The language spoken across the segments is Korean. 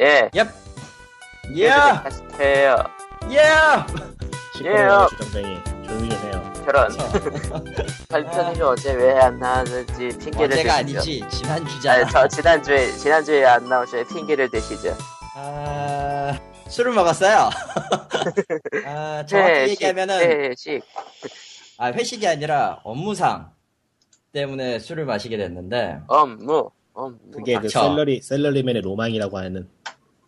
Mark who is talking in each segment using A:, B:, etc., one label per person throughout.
A: 예.
B: 예!
A: 하세요.
B: 예!
A: 예요.
C: 시끄러워 주정뱅이 조용히 좀 해요
A: 저런.
B: 어,
A: 발표는 어제 왜 안 나왔는지 핑계를
B: 어제가
A: 대시죠.
B: 아니지, 지난주잖아.
A: 아니, 저 지난주에 지난주에 안 나오셔서 핑계를 대시죠.
B: 아, 술을 먹었어요. 아, 정확히
A: 네,
B: 얘기하면은,
A: 회식.
B: 아, 회식이 아니라 업무상 때문에 술을 마시게 됐는데,
A: 업무. 업무.
C: 그게 그
B: 닥쳐.
C: 셀러리 셀러리맨의 로망이라고 하는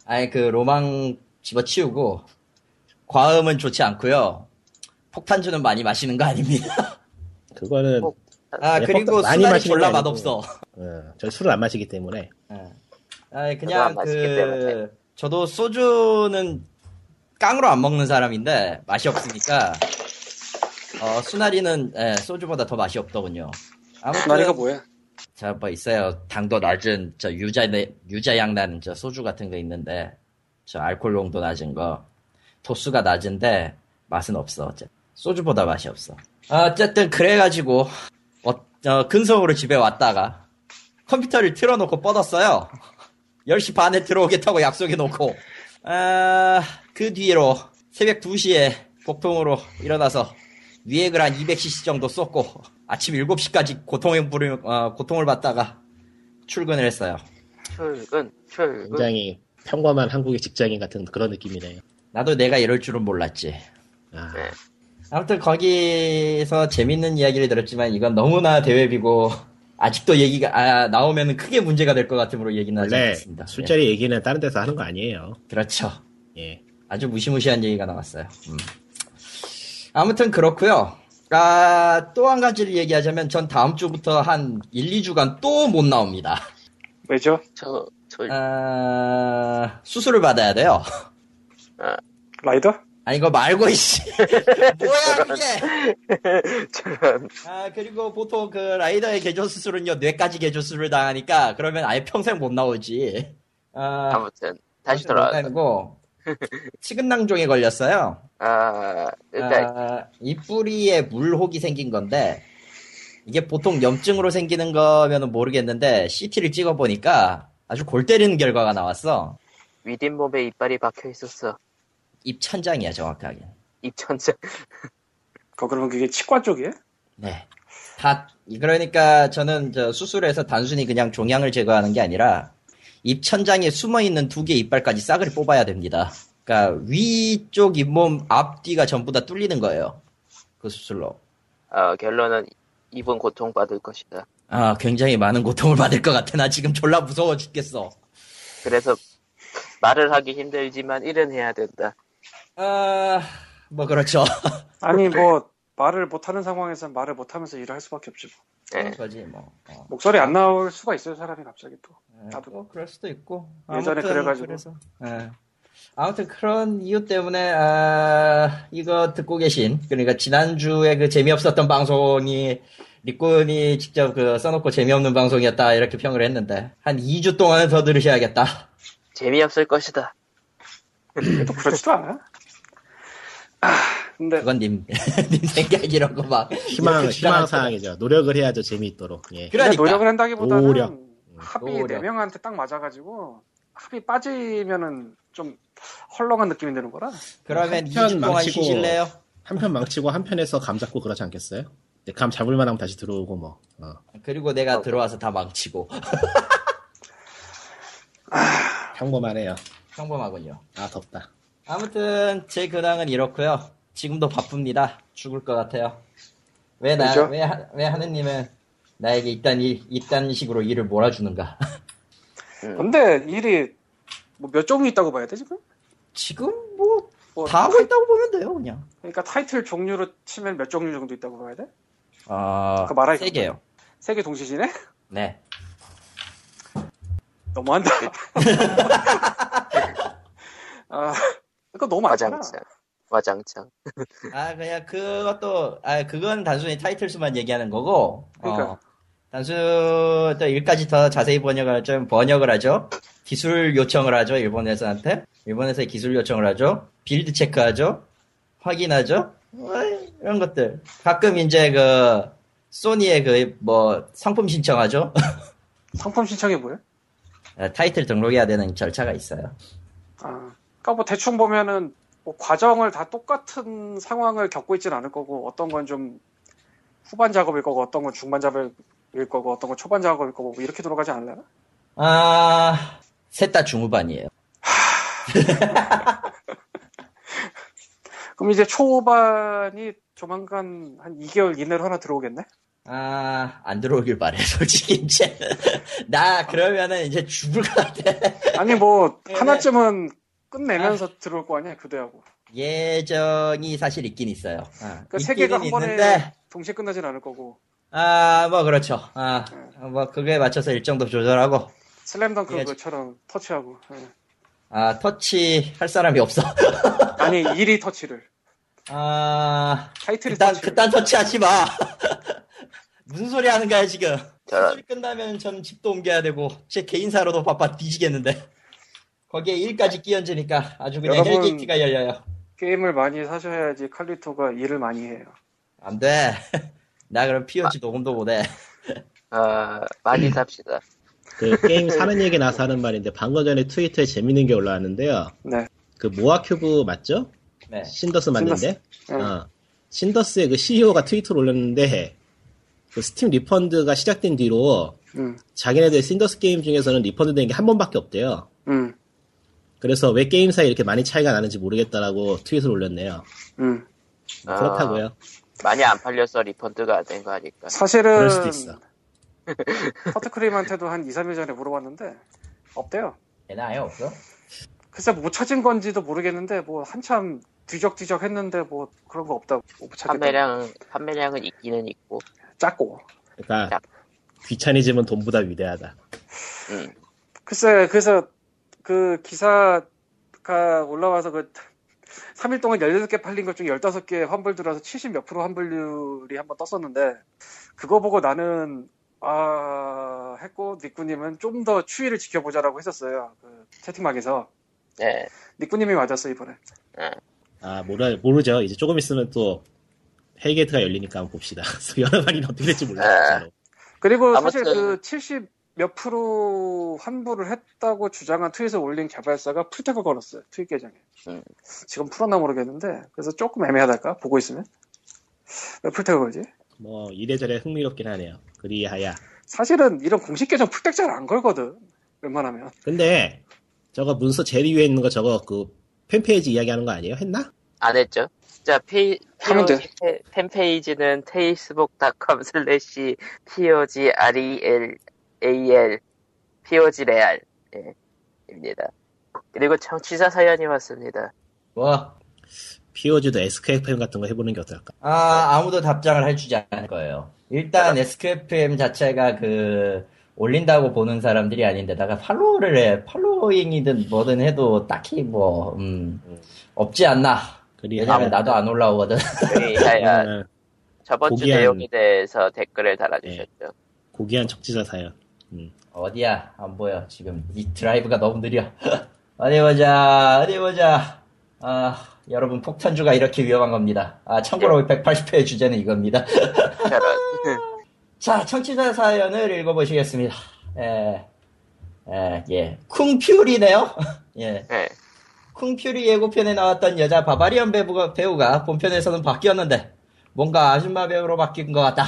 B: 아니, 그 로망 집어치우고, 과음은 좋지 않고요 폭탄주는 많이 마시는 거 아닙니다.
C: 그거는
A: 어.
B: 아,
C: 네,
B: 그리고
C: 폭탄 많이
B: 술이
C: 마시는
B: 졸라
C: 게 아니고.
B: 맛없어.
C: 어, 저 술을 안 마시기 때문에
B: 아
A: 안
B: 그냥
A: 마시기 때문에.
B: 그 저도 소주는 깡으로 안 먹는 사람인데 맛이 없으니까 어 수나리는 예, 소주보다 더 맛이 없더군요. 아무튼
D: 나리가 뭐야?
B: 저뭐 있어요. 당도 낮은 저 유자 유자향 나는 저 소주 같은 거 있는데 저 알코올 농도 낮은 거 도수가 낮은데 맛은 없어. 어째- 소주보다 맛이 없어. 아, 어쨌든 그래가지고 어, 어, 근성으로 집에 왔다가 컴퓨터를 틀어놓고 뻗었어요. 10시 반에 들어오겠다고 약속해놓고 아, 그 뒤로 새벽 2시에 복통으로 일어나서 위액을 한 200cc 정도 쏟고 아침 7시까지 고통을 부르 어, 고통을 받다가 출근을 했어요.
A: 출근. 출근.
C: 굉장히
B: 음.
C: 평범한 한국의 직장인 같은 그런 느낌이네요
B: 나도 내가 이럴 줄은 몰랐지.
C: 아,
A: 네.
B: 아무튼 거기서 재밌는 이야기를 들었지만 이건 너무나 대외비고 아직도 얘기가 아, 나오면 크게 문제가 될 것 같으므로 얘기는 하지
C: 원래
B: 않겠습니다.
C: 술자리 얘기는 다른 데서 하는 거 아니에요
B: 예, 그렇죠.
C: 예
B: 아주 무시무시한 얘기가 나왔어요. 음. 아무튼 그렇고요. 아, 또 한 가지를 얘기하자면 전 다음 주부터 한 1, 2주간 또 못 나옵니다.
D: 왜죠?
A: 저. 저.
B: 아, 수술을 받아야 돼요.
D: 라이더?
B: 아 이거 말고 이씨. 뭐야 그게.
A: 저런.
B: 아, 그리고 보통 그 라이더의 개조 수술은요, 뇌까지 개조 수술을 당하니까, 그러면 아예 평생 못 나오지. 아,
A: 아무튼 다시
B: 평생 못
A: 돌아와서.
B: 나오고, 치근낭종에 걸렸어요.
A: 아 일단
B: 아, 이 뿌리에 물혹이 생긴 건데, 이게 보통 염증으로 생기는 거면 모르겠는데, CT를 찍어보니까 아주 골 때리는 결과가 나왔어.
A: 위뒷몸에 이빨이 박혀 있었어.
B: 입천장이야, 정확하게.
A: 입천장.
D: 거 그러면 그게 치과 쪽이에요?
B: 네. 다, 그러니까 저는 저 수술해서 단순히 그냥 종양을 제거하는 게 아니라 입천장에 숨어있는 두 개의 이빨까지 싹을 뽑아야 됩니다. 그러니까 위쪽 잇몸 앞뒤가 전부 다 뚫리는 거예요. 그 수술로.
A: 아 결론은 입은 고통 받을 것이다.
B: 아, 굉장히 많은 고통을 받을 것 같아. 나 지금 졸라 무서워 죽겠어.
A: 그래서 말을 하기 힘들지만 일은 해야 된다.
B: 아, 뭐 그렇죠.
D: 아니 뭐 말을 못하는 상황에서 말을 못하면서 일을 할 수밖에 없지 뭐.
A: 예.
B: 거지 뭐. 어.
D: 목소리 안 나올 수가 있어요 사람이 갑자기 또. 나도.
B: 뭐 그럴 수도 있고.
D: 예전에
B: 아무튼
D: 그래가지고.
B: 그래서, 예. 아무튼 그런 이유 때문에 아, 이거 듣고 계신 그러니까 지난주에 그 재미없었던 방송이 리꾼이 직접 그 써놓고 재미없는 방송이었다 이렇게 평을 했는데 한 2주 동안은 더 들으셔야겠다.
A: 재미없을 것이다.
D: 또 그렇지도 않아. 아 근데
B: 그건 님, 님 생각이라고 막
C: 희망
B: 이렇게
C: 희망
B: 주장할
C: 사항이죠 노력을 해야죠 재미있도록 예
B: 그러니까
D: 근데 노력을 한다기보다는
C: 노력.
D: 합이 네
B: 노력.
D: 명한테 딱 맞아가지고 합이 빠지면은 좀 헐렁한 느낌이 드는 거라.
B: 그러니까. 그러면
C: 한편
B: 2주 동안
C: 망치고.
B: 쉬실래요?
C: 한편 망치고 한편에서 감 잡고 그러지 않겠어요? 근데 감 잡을만 하면 다시 들어오고 뭐 어.
B: 그리고 내가 들어와서 다 망치고
C: 평범하네요
B: 평범하군요.
C: 아 덥다
B: 아무튼 제 근황은 이렇고요. 지금도 바쁩니다. 죽을 것 같아요. 왜 나
D: 그죠?
B: 왜 하느님은 나에게 이딴 일 이딴 식으로 일을 몰아주는가? 네.
D: 근데 일이 뭐 몇 종류 있다고 봐야 돼 지금?
B: 지금 뭐 다
D: 뭐
B: 하고 있다고 보면 돼요, 그냥.
D: 그러니까 타이틀 종류로 치면 몇 종류 정도 있다고 봐야 돼?
B: 아,
D: 그 말할
B: 세 개요.
D: 세 개 동시에 지내?
B: 네.
D: 너무한다. 아, 그거 너무 많잖아.
A: 와장창. 와장창.
B: 아 그냥 그것도 아 그건 단순히 타이틀 수만 얘기하는 거고.
D: 그러니까.
B: 어, 단순 또 일까지 더 자세히 번역을 좀 번역을 하죠. 기술 요청을 하죠 일본 회사한테. 일본에서 기술 요청을 하죠. 빌드 체크하죠. 확인하죠. 뭐 이런 것들. 가끔 이제 그 소니의 그 뭐 상품 신청하죠.
D: 상품 신청이 뭐야?
B: 어, 타이틀 등록해야 되는 절차가 있어요.
D: 아, 그러니까 뭐 대충 보면은 뭐 과정을 다 똑같은 상황을 겪고 있진 않을 거고 어떤 건 좀 후반 작업일 거고 어떤 건 중반 작업일 거고 어떤 건 초반 작업일 거고 뭐 이렇게 돌아가지 않을래나?
B: 아, 셋 다 중후반이에요.
D: 그럼 이제 초반이 조만간 한 2개월 이내로 하나 들어오겠네?
B: 아, 안 들어오길 바래, 솔직히, 이제. 나, 그러면은 이제 죽을 것 같아.
D: 아니 뭐
B: 네네.
D: 하나쯤은 끝내면서 들어올 거 아니야 교대하고
B: 예정이 사실 있긴 있어요. 아,
D: 그러니까 세
B: 있기는
D: 개가 한 번에
B: 있는데,
D: 동시에 끝나진 않을 거고
B: 아, 뭐, 그렇죠. 아, 뭐, 그거에 맞춰서 일정도 조절하고,
D: 슬램덩크
B: 예.
D: 그처럼 터치하고 예.
B: 아, 터치 할 사람이 없어.
D: 아니 일이 터치를
B: 아,
D: 타이틀이
B: 그딴,
D: 터치를
B: 그딴 터치하지 마. 무슨 소리 하는 거야, 지금.
A: 저런.
B: 소리 끝나면 저는 집도 옮겨야 되고, 제 개인사로도 바빠 뒤지겠는데. 거기에 일까지 끼얹으니까 아주 그냥
D: 여러분-
B: 헬게이트가 열려요.
D: 게임을 많이 사셔야지 칼리토가 일을 많이 해요
B: 안 돼. 나 그럼 POG 녹음도 못해.
A: 아,
D: 음.
A: 많이 삽시다.
C: 그 게임 사는 얘기 나서 하는 말인데 방금 전에 트위터에 재밌는 게 올라왔는데요.
D: 네
C: 그 모아큐브 맞죠?
B: 네.
C: 신더스 맞는데?
D: 응.
C: 어. 신더스의 그 CEO가 트위터를 올렸는데 그 스팀 리펀드가 시작된 뒤로
D: 음,
C: 자기네들 신더스 게임 중에서는 리펀드 된 게 한 번밖에 없대요.
D: 음,
C: 그래서 왜 게임 사이 이렇게 많이 차이가 나는지 모르겠다라고 트윗을 올렸네요.
D: 음.
A: 아,
C: 그렇다고요.
A: 많이 안 팔려서 리펀드가 안 된 거 아닐까.
D: 사실은
C: 그럴 수도 있어.
D: 터트크림한테도 한 2, 3일 전에 물어봤는데 없대요
B: 얘는 아예 없어?
D: 글쎄 못 찾은 건지도 모르겠는데 뭐 한참 뒤적뒤적 했는데 뭐 그런 거 없다고 못 찾겠다
A: 판매량, 판매량은 있기는 있고.
D: 작고
C: 그러니까 귀차니즘은 돈보다 위대하다.
A: 음.
D: 글쎄, 그래서 그 기사가 올라와서 그 3일 동안 16개 팔린 것 중에 15개 환불 들어와서 70 몇 프로 환불률이 한번 떴었는데, 그거 보고 나는, 아, 했고, 니꾸님은 좀 더 추이를 지켜보자라고 했었어요. 그 채팅방에서.
A: 네.
D: 니꾸님이 맞았어, 이번에.
C: 아, 모르, 모르죠. 이제 조금 있으면 또 헬게이트가 열리니까 한번 봅시다. 그래서 여러 번이 어떻게 될지 몰라요. 진짜로.
D: 그리고 사실
A: 아무튼.
D: 그 70 몇 프로 환불을 했다고 주장한 트윗을 올린 개발사가 풀택을 걸었어요. 트윗 계정에.
A: 음.
D: 지금 풀었나 모르겠는데, 그래서 조금 애매하달까? 보고 있으면. 왜 풀택을 걸지?
C: 뭐 이래저래 흥미롭긴 하네요. 그리하야.
D: 사실은 이런 공식 계정 풀택 잘 안 걸거든. 웬만하면.
C: 근데 저거 문서 제일 위에 있는 거 저거 그 팬페이지 이야기하는 거 아니에요? 했나?
A: 안 했죠. 자, 페이,
D: 하면 돼.
A: POG 페- 팬페이지는 facebook.com slash POG REL AL POG 레알. 예. 입니다. 그리고 청취자 사연이 왔습니다.
B: 뭐,
C: POG도 SKFM 같은 거 해보는 게 어떨까?
B: 아, 아무도 답장을 해주지 않을 거예요. 일단 SQFM 자체가 그, 올린다고 보는 사람들이 아닌데다가 팔로우를 해. 팔로잉이든 뭐든 해도 딱히 뭐, 음, 없지 않나.
C: 그리하야.
B: 왜냐면 나도 안 올라오거든.
A: 저희 사연,
C: 이거는 어,
A: 저번 주
C: 고귀한-
A: 내용에 대해서 댓글을 달아주셨죠.
C: 고귀한 적지자 사연.
B: 어디야? 안 보여. 지금 이 드라이브가 너무 느려. 어디 보자. 어디 보자. 아, 여러분 폭탄주가 이렇게 위험한 겁니다. 아, 참고로 180회의 주제는 이겁니다.
A: 저런.
B: 자, 청취자 사연을 읽어보시겠습니다. 예. 예, 예. 쿵퓨리네요? 예.
A: 예.
B: 쿵퓨리 예고편에 나왔던 여자 바바리언 배우가, 배우가 본편에서는 바뀌었는데 뭔가 아줌마 배우로 바뀐 것 같다.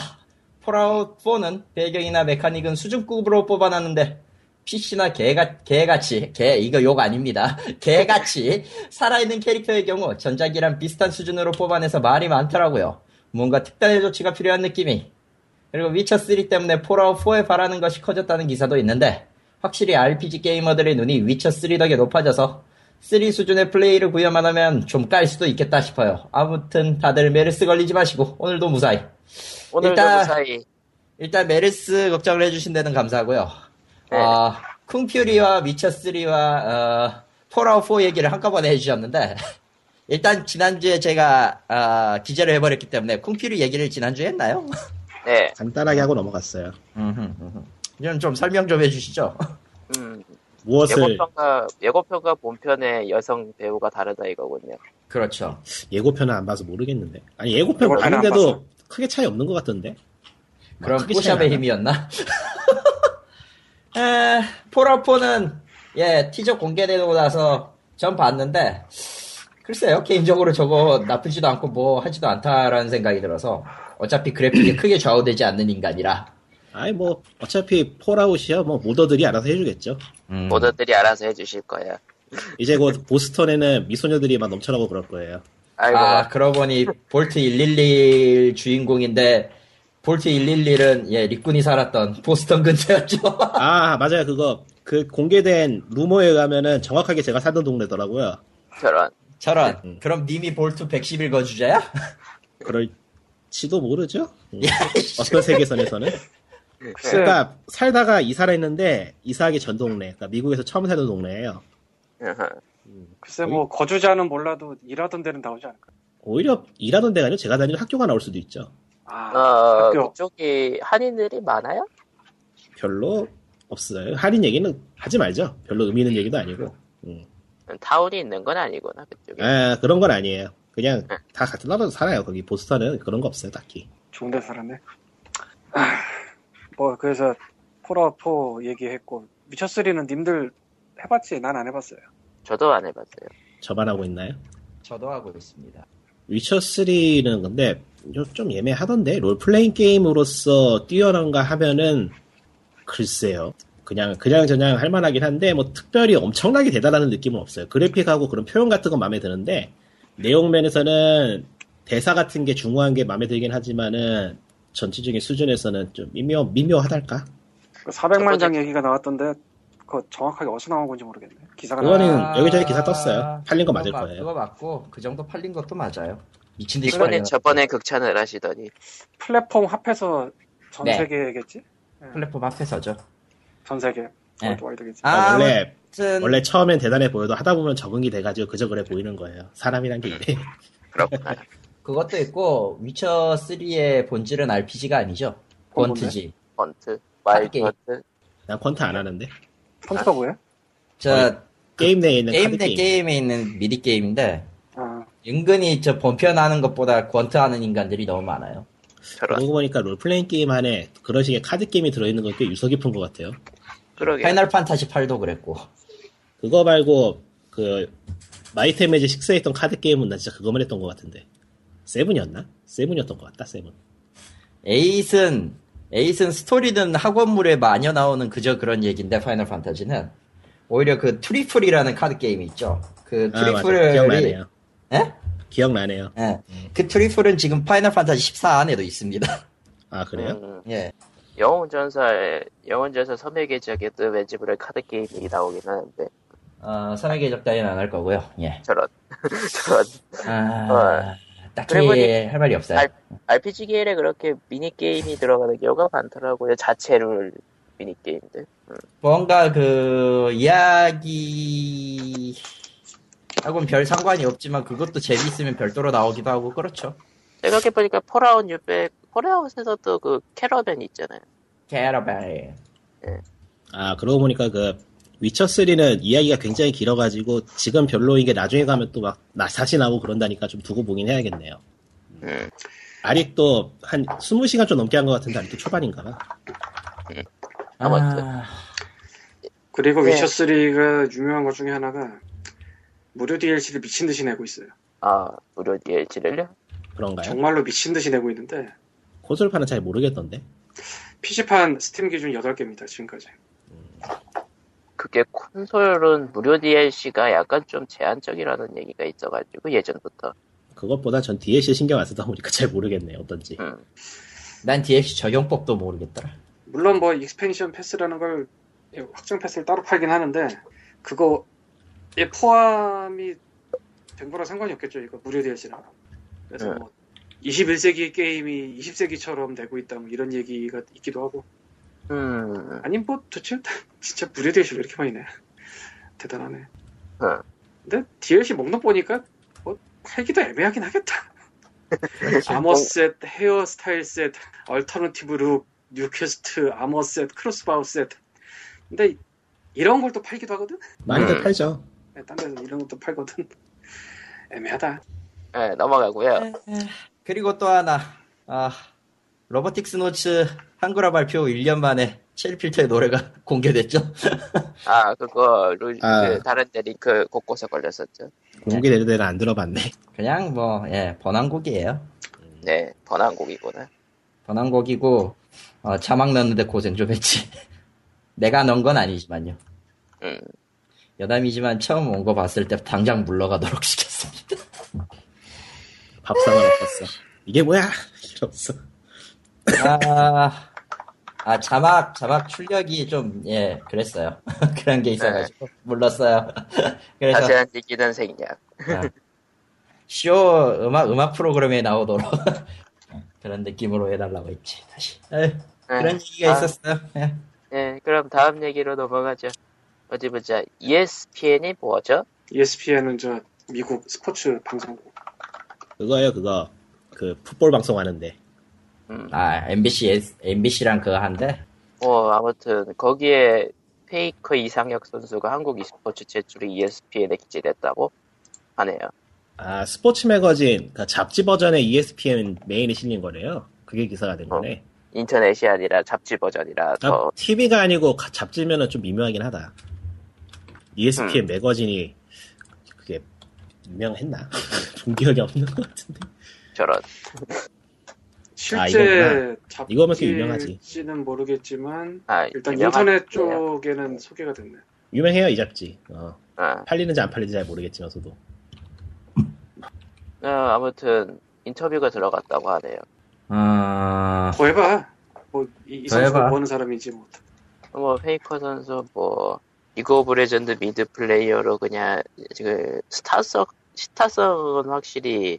B: 폴아웃 4는 배경이나 메카닉은 수준급으로 뽑아놨는데 PC나 개가, 개같이, 개, 이거 욕 아닙니다. 개같이 살아있는 캐릭터의 경우 전작이랑 비슷한 수준으로 뽑아내서 말이 많더라고요. 뭔가 특단의 조치가 필요한 느낌이. 그리고 위쳐3 때문에 폴아웃 4에 바라는 것이 커졌다는 기사도 있는데 확실히 RPG 게이머들의 눈이 위쳐3 덕에 높아져서 3 수준의 플레이를 구현만 하면 좀 깔 수도 있겠다 싶어요. 아무튼 다들 메르스 걸리지 마시고 오늘도 무사히.
A: 오늘도 그
B: 일단-
A: 무사히
B: 일단 메르스 걱정을 해주신 데는 감사하고요.
A: 네.
B: 어, 쿵퓨리와 미쳐3와 폴아웃4 얘기를 한꺼번에 해주셨는데 일단 지난주에 제가 아, 기재를 해버렸기 때문에 쿵퓨리 얘기를 지난주에 했나요?
A: 네.
C: 간단하게 하고 넘어갔어요.
B: 이건 좀 설명 좀 해주시죠.
A: 음,
C: 무엇을
A: 예고편과 예고편과 본편의 여성 배우가 다르다 이거군요.
B: 그렇죠.
C: 예고편은 안 봐서 모르겠는데. 아니 예고편
D: 예고편은 안
C: 봤는데도 크게 차이 없는 것 같던데.
B: 그럼
C: 크게
B: 꼬샵의
C: 차이 안
B: 힘이었나? 에, 폴아웃4는, 예, 티저 공개되고 나서 전 봤는데, 글쎄요, 개인적으로 저거 나쁘지도 않고 뭐 하지도 않다라는 생각이 들어서, 어차피 그래픽이 크게 좌우되지 않는 인간이라.
C: 아니 뭐 어차피 폴아웃이야 뭐 모더들이 알아서 해주겠죠.
B: 음,
A: 뭐 모더들이 알아서 해주실 거야.
C: 이제 곧 보스턴에는 미소녀들이 막 넘쳐나고 그럴 거예요.
A: 아이고,
B: 아, 그러고 보니, 볼트 111 주인공인데, 볼트 111은, 예, 리꾼이 살았던 보스턴 근처였죠.
C: 아 맞아요 그거 그 공개된 루머에 가면은 정확하게 제가 살던 동네더라고요.
A: 저런.
C: 네. 음.
B: 저런, 그럼 님이 볼트 111 거주자야?
C: 그럴지도 모르죠. 음, 어떤 세계선에서는.
A: 네.
D: 글쎄,
C: 그러니까 살다가 이사를 했는데 이사하기 전 동네, 그러니까 미국에서 처음 살던 동네예요.
D: 글쎄 뭐 거주자는 몰라도 일하던 데는 나오지 않을까.
C: 오히려 일하던 데가 아니라 제가 다니는 학교가 나올 수도 있죠.
D: 아,
A: 어,
D: 학교.
A: 그쪽이 한인들이 많아요?
C: 별로 없어요. 할인 얘기는 하지 말죠. 별로 의미 있는 얘기도 아니고. 음.
A: 타운이 있는 건 아니구나, 그쪽에.
C: 아 그런 건 아니에요. 그냥 다 같은 나라에서 살아요. 거기 보스턴은 그런 거 없어요, 딱히.
D: 좋은 데 살았네. 아, 뭐 그래서 폴아웃4 얘기했고 미쳐3는 님들 해봤지? 난 안 해봤어요.
A: 저도 안 해봤어요.
C: 저만 하고 있나요?
B: 저도 하고 있습니다.
C: 위쳐 3는 근데 좀 예매하던데 롤플레잉 게임으로서 뛰어난가 하면은 글쎄요. 그냥 그냥 저냥 할만하긴 한데 뭐 특별히 엄청나게 대단하는 느낌은 없어요. 그래픽하고 그런 표현 같은 건 마음에 드는데 내용 면에서는 대사 같은 게 중요한 게 마음에 들긴 하지만은 전체적인 수준에서는 좀 미묘 미묘하달까?
D: 그 400만 장
A: 어쨌든.
D: 얘기가 나왔던데 그 정확하게 어디서 나온 건지 모르겠네. 기사가
C: 그거는
D: 나왔-
C: 여기저기 기사 떴어요. 팔린 거 맞을
B: 아. 그거 맞-
C: 거예요.
B: 그거 맞고 그 정도 팔린 것도 맞아요. 미친 듯이
A: 이번엔
B: 팔려요.
A: 저번에 극찬을 하시더니,
D: 플랫폼 합해서 전
B: 네.
D: 세계겠지?
B: 플랫폼 앞에서죠.
D: 전 세계
B: 네.
D: 월드 와이드겠지.
B: 아,
C: 아, 원래
B: 아무튼
C: 원래 처음엔 대단해 보여도 하다 보면 적응이 돼가지고 그저 그래 보이는 거예요. 사람이란 게 이래.
A: 그렇구나.
B: 그것도 있고 위쳐 3의 본질은 RPG가 아니죠.
D: 뭔데?
B: 권투지.
A: 번트, 마일드
B: 함께.
A: 번트.
C: 난 퀀트 안 하는데
D: 펀트가 뭐야?
B: 저
C: 게임 내에 있는
B: 게임
C: 네, 카드
B: 대
C: 게임.
B: 게임에 있는 미리 게임인데
D: 아,
B: 은근히 저 본편하는 것보다 권투하는 인간들이 너무 많아요.
A: 저런.
C: 그러고 보니까 롤플레잉 게임 안에 그런 식의 카드 게임이 들어있는 건 꽤 유서 깊은 것 같아요.
A: 그러게.
B: 파이널 판타지 8도 그랬고.
C: 그거 말고 그 마이템 매직 식스에 있던 카드 게임은 나 진짜 그거만 했던 것 같은데 세븐이었나? 세븐이었던 것 같다 세븐.
B: 에잇은 에잇은 스토리든 학원물에 마녀 나오는 그저 그런 얘기인데 파이널 판타지는 오히려 그 트리플이라는 카드 게임이 있죠. 그
C: 아 맞아
B: 트리플이
C: 기억나네요.
B: 예?
C: 기억나네요.
B: 예. 그 트리플은 지금 파이널 판타지 14 안에도 있습니다.
C: 아 그래요?
A: 음,
B: 예.
A: 영혼전설, 영혼전설 섬유계적에도 왠지 모를 카드 게임이 나오긴 하는데,
B: 어, 사회 계적 따위는 안 할 거고요. 예.
A: 저런. 저런.
B: 아,
A: 어,
B: 딱히
A: 그래 보니-
B: 할 말이 없어요.
A: 알- RPG 게임에 그렇게 미니게임이 들어가는 경우가 많더라고요. 자체 룰 미니게임들.
B: 뭔가 그 이야기 하고는 별 상관이 없지만 그것도 재미있으면 별도로 나오기도 하고 그렇죠.
A: 생각해보니까 폴아웃 600, 폴아웃에서도 그 캐러밴 있잖아요.
B: 캐러벨.
C: 아 그러고 보니까 그 위쳐 3는 이야기가 굉장히 길어가지고 지금 별로인 게 나중에 가면 또 막 다시 나오고 그런다니까 좀 두고 보긴 해야겠네요.
A: 음.
C: 아직도 한 20시간 좀 넘게 한 것 같은데 아직도 초반인가 봐.
A: 아무튼.
D: 그리고
A: 네.
D: 위쳐3가 유명한 것 중에 하나가 무료 DLC를 미친 듯이 내고 있어요.
A: 아, 무료 DLC를요?
C: 그런가요?
D: 정말로 미친 듯이 내고 있는데
C: 콘솔판은 잘 모르겠던데.
D: PC판 스팀 기준 8개입니다, 지금까지.
A: 그게 콘솔은 무료 DLC가 약간 좀 제한적이라는 얘기가 있어가지고, 예전부터.
C: 그것보다 전 DLC 신경 안 쓰다 보니까 잘 모르겠네요. 어떤지.
A: 음.
B: 난 DLC 적용법도 모르겠더라.
D: 물론 뭐 익스펜션 패스라는 걸 확장 패스를 따로 팔긴 하는데 그거에 포함이 된 거랑 상관이 없겠죠 이거 무료 DLC랑 그래서
A: 네.
D: 뭐 21세기 게임이 20세기처럼 되고 있다 뭐 이런 얘기가 있기도 하고
A: 음,
D: 아니 뭐 도대체 진짜 무료 DLC 왜 이렇게 많이 내 대단하네 근데 DLC 목록 보니까 뭐 팔기도 애매하긴 하겠다 아머셋, 헤어스타일 셋, 얼터너티브 룩, 뉴퀘스트, 아머셋, 크로스바우 셋 근데 이런 걸 또 팔기도 하거든?
C: 많이들
A: 음.
C: 팔죠.
D: 네, 딴 데서 이런 것도 팔거든 애매하다
A: 네, 넘어가고요.
B: 그리고 또 하나, 아, 로보틱스 노츠 한글화 발표 1년 만에 체리필터의 노래가 공개됐죠?
A: 아 그거 룰,
C: 아.
A: 그 다른 데 링크 곳곳에 걸렸었죠.
C: 공개되는 데는 안 들어봤네.
B: 그냥 뭐, 예, 번안곡이에요.
A: 네 번안곡이구나.
B: 번안곡이고, 어, 자막 넣는데 고생 좀 했지. 내가 넣은 건 아니지만요.
A: 음.
B: 여담이지만 처음 온 거 봤을 때 당장 물러가도록 시켰습니다.
C: 밥상을 엎었어. 이게 뭐야? 이러면서.
B: 아, 아, 자막, 자막 출력이 좀, 예, 그랬어요. 그런 게
A: 네.
B: 있어가지고, 물렀어요. 그래서,
A: 자세한 얘기는 생략.
B: 아, 쇼 음악 음악 프로그램에 나오도록 그런 느낌으로 해달라고 했지 다시 에휴, 그런
A: 네.
B: 얘기가
A: 아.
B: 있었어요. 예.
A: 네 그럼 다음 얘기로 넘어가죠. 어디 보자. E ESPN이 뭐죠?
D: E ESPN은 저 미국 스포츠 방송국.
C: 그거예요, 그거. 그 풋볼 방송하는데.
B: 아 MBC MBC랑 그거 한데
A: 뭐 아무튼 거기에 페이커 이상혁 선수가 한국 e스포츠 제출이 ESPN에 기재됐다고 하네요.
C: 아 스포츠 매거진 그러니까 잡지 버전의 ESPN 메인에 실린 거래요. 그게 기사가 된 거네.
A: 인터넷이 아니라 잡지 버전이라
C: 아,
A: 더
C: TV가 아니고 가- 잡지면은 좀 미묘하긴 하다. E ESPN 매거진이 그게 유명했나? 본 기억이 없는 것 같은데.
A: 저런.
C: 아, 이거구나.
D: 실제 잡지
C: 이거면 꽤 유명하지.
D: 지는 모르겠지만
A: 아,
D: 일단
A: 유명한
D: 인터넷
A: 분이에요.
D: 쪽에는 소개가 됐네.
C: 유명해요 이 잡지. 어,
A: 아,
C: 팔리는지 안 팔리는지 잘 모르겠지만서도.
A: 어, 아무튼 인터뷰가 들어갔다고 하네요.
B: 어,
D: 더 해봐. 뭐이
B: 더 해봐.
D: 선수가 뭐 하는 사람인지 뭐.
A: 뭐 페이커 선수 뭐 리그 오브 레전드 미드 플레이어로 그냥 지금 스타성 스타성은 확실히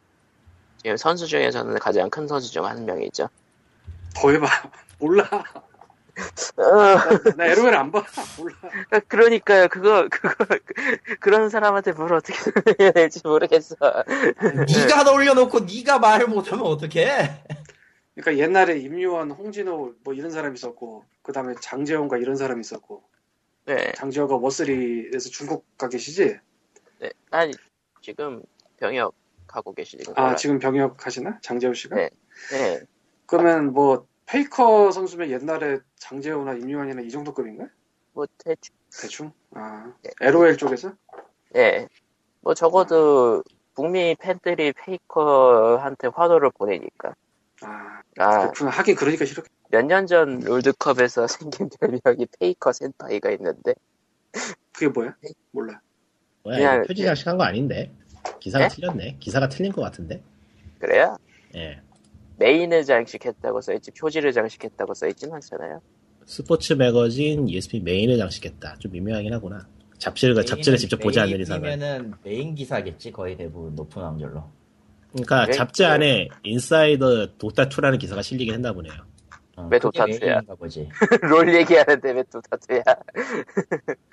A: 지금 선수 중에서는 가장 큰 선수 중 한 명이죠.
D: 더 해봐. 몰라. 나, 나 에로엘 안 봐. 몰라.
A: 어, 그러니까요. 그거 그거 그런 사람한테 뭘 어떻게 해야 될지 모르겠어.
B: 네가 다 올려놓고 네가 말을 못하면 어떡해?
D: 그러니까 옛날에 임요원, 홍진호 뭐 이런 사람 있었고 그 다음에 장재원과 이런 사람 있었고
A: 네.
D: 장재원과 워스리에서 중국 가 계시지?
A: 네. 아니 지금 병역 하고 계시니까.
D: 아 지금 병역 하시나? 장재원 씨가?
A: 네. 네.
D: 그러면 뭐 페이커 선수면 옛날에 장재원이나 임요원이나 이 정도 급인가?
A: 뭐 대충
D: 대충? 아
A: 네.
D: LOL 쪽에서?
A: 예. 뭐 적어도 북미 팬들이 페이커한테 화도를 보내니까.
D: 아
A: 아,
D: 그렇구나. 하긴 그러니까 싫었
A: 몇 년 전 롤드컵에서 생긴 별명이 페이커 센타이가 있는데,
D: 그게 뭐야?
A: 네.
D: 몰라.
C: 뭐야
A: 그냥-
C: 이거 표지 장식한 거 아닌데. 기사가
A: 네?
C: 틀렸네. 기사가 틀린 것 같은데.
A: 그래야?
C: 예.
A: 메인을 장식했다고 써있지, 표지를 장식했다고 써있진 않잖아요.
C: 스포츠 매거진 ESPN 메인을 장식했다. 좀 미묘하긴 하구나. 잡지를 잡지를 직접 보지 않는 이상은.
B: 메인이면은 메인 기사겠지 거의 대부분 높은 확률로.
C: 그러니까
A: 네.
C: 잡지 안에 인사이더 도타2라는 기사가 실리긴 했나 보네요.
B: 어,
A: 왜
B: 그게
A: 도타트야?
B: 메인인가 보지.
A: 롤 얘기하는데 왜 도타트야?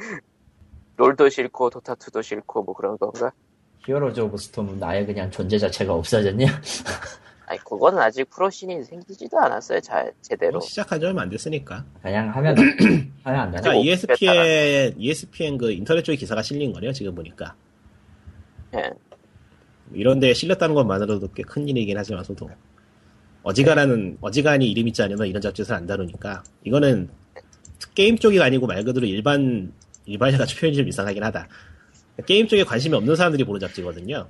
A: 롤도 싫고, 도타트도 싫고, 뭐 그런 건가?
B: 히어로즈 오브 스톰은 아예 그냥 존재 자체가 없어졌냐?
A: 아니, 그건 아직 프로신이 생기지도 않았어요, 잘, 제대로.
C: 뭐 시작한 지 얼마 안 됐으니까.
B: 그냥 하면 하면 안 되나?
C: 그러니까
A: 그리고
C: ESPN ESPN 그 인터넷 쪽에 기사가 실린 거네요. 지금 보니까
A: 예.
C: 이런데 실렸다는 것만으로도 꽤 큰 일이긴 하지만서도 어지간한 어지간히 이름 있지 않으면 이런 잡지에서 안 다루니까 이거는 게임 쪽이 아니고 말 그대로 일반 일반이라 표현이 좀 이상하긴 하다. 게임 쪽에 관심이 없는 사람들이 보는 잡지거든요.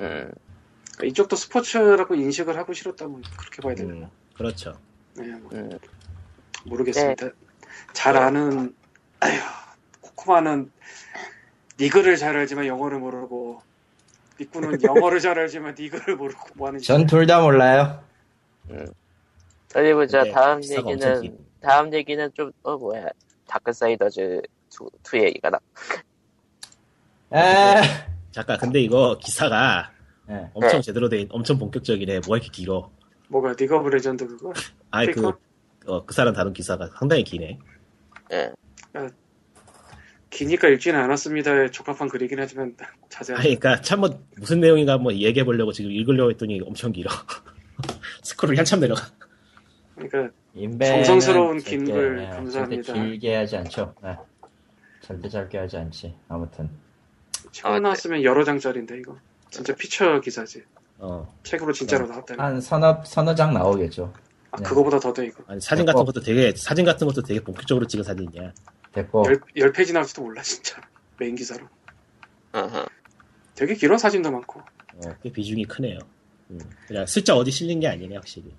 A: 음,
D: 그러니까 이쪽도 스포츠라고 인식을 하고 싫었다 뭐 그렇게 봐야 되나?
C: 음, 그렇죠.
D: 네, 뭐
A: 음. 네.
D: 모르겠습니다. 잘 아는 아휴 코코마는 니그를 잘 알지만 영어를 모르고 니꾸는 영어를 잘 알지만 니그를 모르고 뭐 하는지
B: 전 둘 다 몰라요.
A: 어디 보자.
C: 근데
A: 다음
C: 기사가 엄청
A: 얘기는
C: 긴-
A: 다음 얘기는 좀 어 뭐야 다크사이더즈 2 얘기가 나.
B: 에.
C: 잠깐 근데 이거 기사가
B: 네.
C: 엄청
A: 네.
C: 제대로 된 엄청 본격적이네. 뭐가 이렇게 길어?
D: 뭐가 니그 오브 레전드 그거
C: 아이 그,
D: 그러니까.
C: 어, 그 사람 다룬 기사가 상당히 기네.
A: 예.
D: 기니까 읽지는 않았습니다에 적합한 글이긴 하지만 자세한
C: 아니, 그니까, 참, 뭐, 무슨 내용인가 한번 얘기해 보려고 지금 읽으려고 했더니 엄청 길어. 스크롤이 한참 내려가.
D: 그러니까
B: 인베는
D: 정성스러운
B: 절대,
D: 긴 글
B: 예,
D: 감사합니다.
B: 절대 길게 하지 않죠. 예. 절대 짧게 하지 않지. 아무튼
A: 아,
D: 처음
A: 네.
D: 나왔으면 여러 장짜리인데 이거 진짜 피처 기사지
C: 어.
D: 책으로 진짜로 나왔다면
B: 한 서너 서너 장 나오겠죠. 아,
D: 아,
B: 네.
D: 그거보다 더 돼, 이거.
C: 아니, 사진 같은 것도 되게 사진 같은 것도 되게 본격적으로 찍은 사진이야.
B: 됐고
D: 열, 열 페이지 나올지도 몰라, 진짜. 메인 기사로.
A: 어허.
D: 되게 길어 사진도 많고.
C: 어, 꽤 비중이 크네요. 음, 그냥 슬쩍 어디 실린 게 아니네 확실히.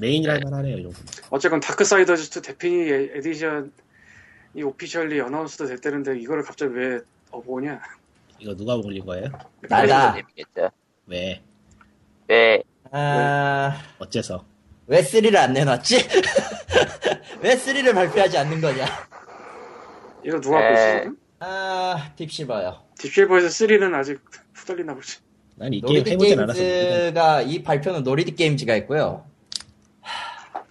C: 메인이랄 만하네요 이 정도.
D: 어쨌건 다크사이더즈2 데피니 에- 에디션 이 오피셜리 어나운스도 됐다는데 이거를 갑자기 왜 업오냐?
C: 이거 누가 올린 거예요?
B: 나다.
A: 재밌겠다.
C: 왜?
A: 네,
B: 아...
C: 어째서?
B: 왜 3를 안 내놨지? 왜 3를 발표하지 않는 거냐?
D: 이거 누가
A: 에.
D: 보지? 지금?
B: 아, 딥실버요.
D: 딥쉐이버에서 3는 아직 후달리나 보지.
C: 난 이 게임
B: 노리디
C: 해보진 않았어.
B: 게임즈가 이 발표는 노리디 게임즈가 했고요. 하,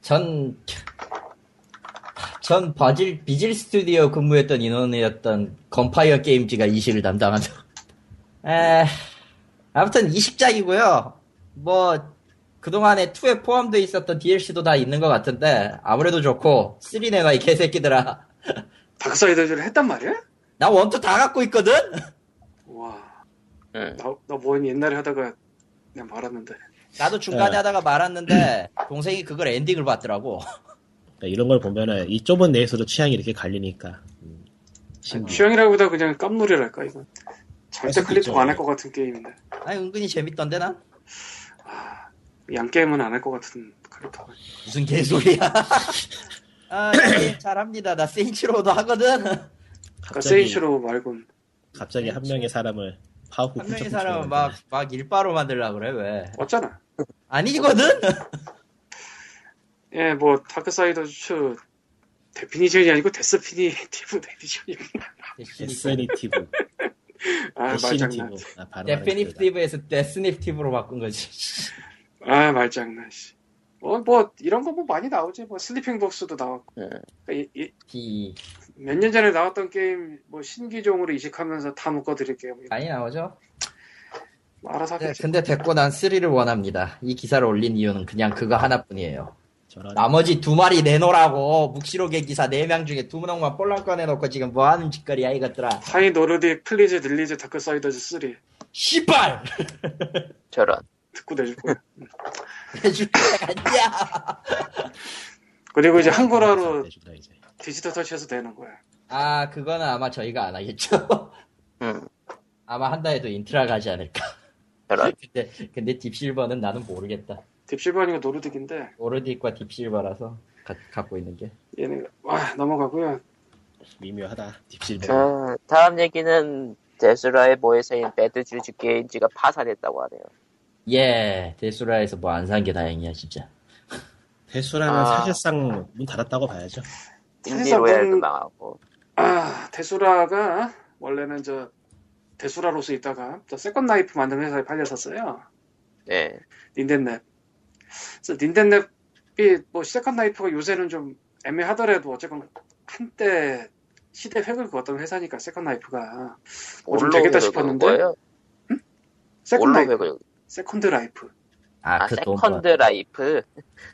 B: 전, 전 바질, 비질 스튜디오 근무했던 인원이었던 건파이어 게임즈가 이식을 담당하죠. 에, 아무튼 이식작이고요. 뭐, 그동안에 2에 포함되어 있었던 DLC도 다 있는 것 같은데, 아무래도 좋고, 3 내놔, 이 개새끼들아.
D: 다크사이더즈를 했단 말이야?
B: 나 원투 다 갖고 있거든?
D: 와,
A: 응.
D: 나, 나뭔 옛날에 하다가 그냥 말았는데.
B: 나도 중간에
C: 네.
B: 하다가 말았는데, 동생이 그걸 엔딩을 봤더라고.
C: 그러니까 이런 걸 보면은 이 좁은 내에서도 취향이 이렇게 갈리니까. 음, 신기해.
D: 취향이라기보다 그냥 깜놀이랄까 이건. 절대
C: 수도
D: 클릭도
C: 있죠.
D: 안 할 것 같은 게임인데.
B: 아니 은근히 재밌던데 난
D: 양 게임은 안 할 것 같은 그러니까 클릭도.
B: 무슨 개소리야 아 예, 잘합니다 나 세인치로도 하거든
D: 그러니까
C: 갑자기
D: 세이치로 말곤
C: 갑자기 한 명의 사람을 파업고 그러니까
B: 한 명의 사람은 막 막 일바로 만들려고 그래 왜
D: 왔잖아.
B: 아니거든
D: 예, 뭐 다크사이더즈 2 데피니션이 아니고 데스피니 티브 데피니션이.
B: 예,
C: 데스니티브,
D: 아 말장난.
C: 데스니티브. 아, 발음하기 힘들다.
B: 데피니티브에서 데스니티브로 바꾼 거지
D: 아 말장난 씨. 어, 뭐 이런 거 뭐 많이 나오지. 뭐 슬리핑 독스도 나왔고. 그러니까
A: 네.
B: 비
D: 몇 년 전에 나왔던 게임 뭐 신기종으로 이식하면서 다 묶어드릴게요. 뭐
B: 많이 나오죠
D: 알아서
B: 네,
D: 하겠지.
B: 근데 됐고 난 3를 원합니다 이 기사를 올린 이유는 그냥 그거 하나뿐이에요
C: 저런
B: 나머지 두 마리 내놓으라고 묵시록의 기사 4명 중에 두 명만 볼랑 꺼내놓고 지금 뭐하는 짓거리야 이것들아
D: 하이 노르딕 플리즈 릴리즈 다크사이더즈 3
B: 씨발
A: 저런.
D: 듣고 내줄 거야.
B: 해줄 때가 아니야
D: 그리고 이제 한글화로
C: 내준다, 이제.
D: 디지털 터치해서 되는 거야.
B: 아, 그거는 아마 저희가 안 하겠죠.
A: 응,
B: 아마 한다 해도 인트라 가지 않을까.
A: 음, 저런.
B: 근데, 근데 딥실버는 나는 모르겠다.
D: 딥실버 아니고 노르딕인데
B: 오르딕과 딥실버라서 가- 갖고 있는 게.
D: 얘네 와 넘어가고요.
C: 미묘하다. 딥실버.
A: 자, 다음 얘기는 데스라의 모의세인 배드주즈 게임즈가 파산했다고 하네요.
B: 예, 데스라에서 뭐 안 산 게 다행이야, 진짜.
C: 대수라는
A: 아.
C: 사실상 문 닫았다고 봐야죠.
A: 인디 로얄도
D: 사실은-
A: 망하고.
D: 아 대수라가 원래는 저 대수라로서 있다가 저 세컨 나이프 만든 회사에 팔렸었어요.
A: 네,
D: 닌텐랩. 그래서 닌텐랩이 뭐 세컨 나이프가 요새는 좀 애매하더라도 어쨌건 한때 시대 획을 그었던 회사니까 세컨 나이프가 뭐좀
A: 올로
D: 되겠다
A: 획을 그은
D: 싶었는데?
A: 거예요.
D: 세컨
A: 올로
D: 나이프,
A: 획을.
D: 세컨드 라이프,
B: 아,
A: 아,
B: 그 돈.
A: 세컨드 라이프.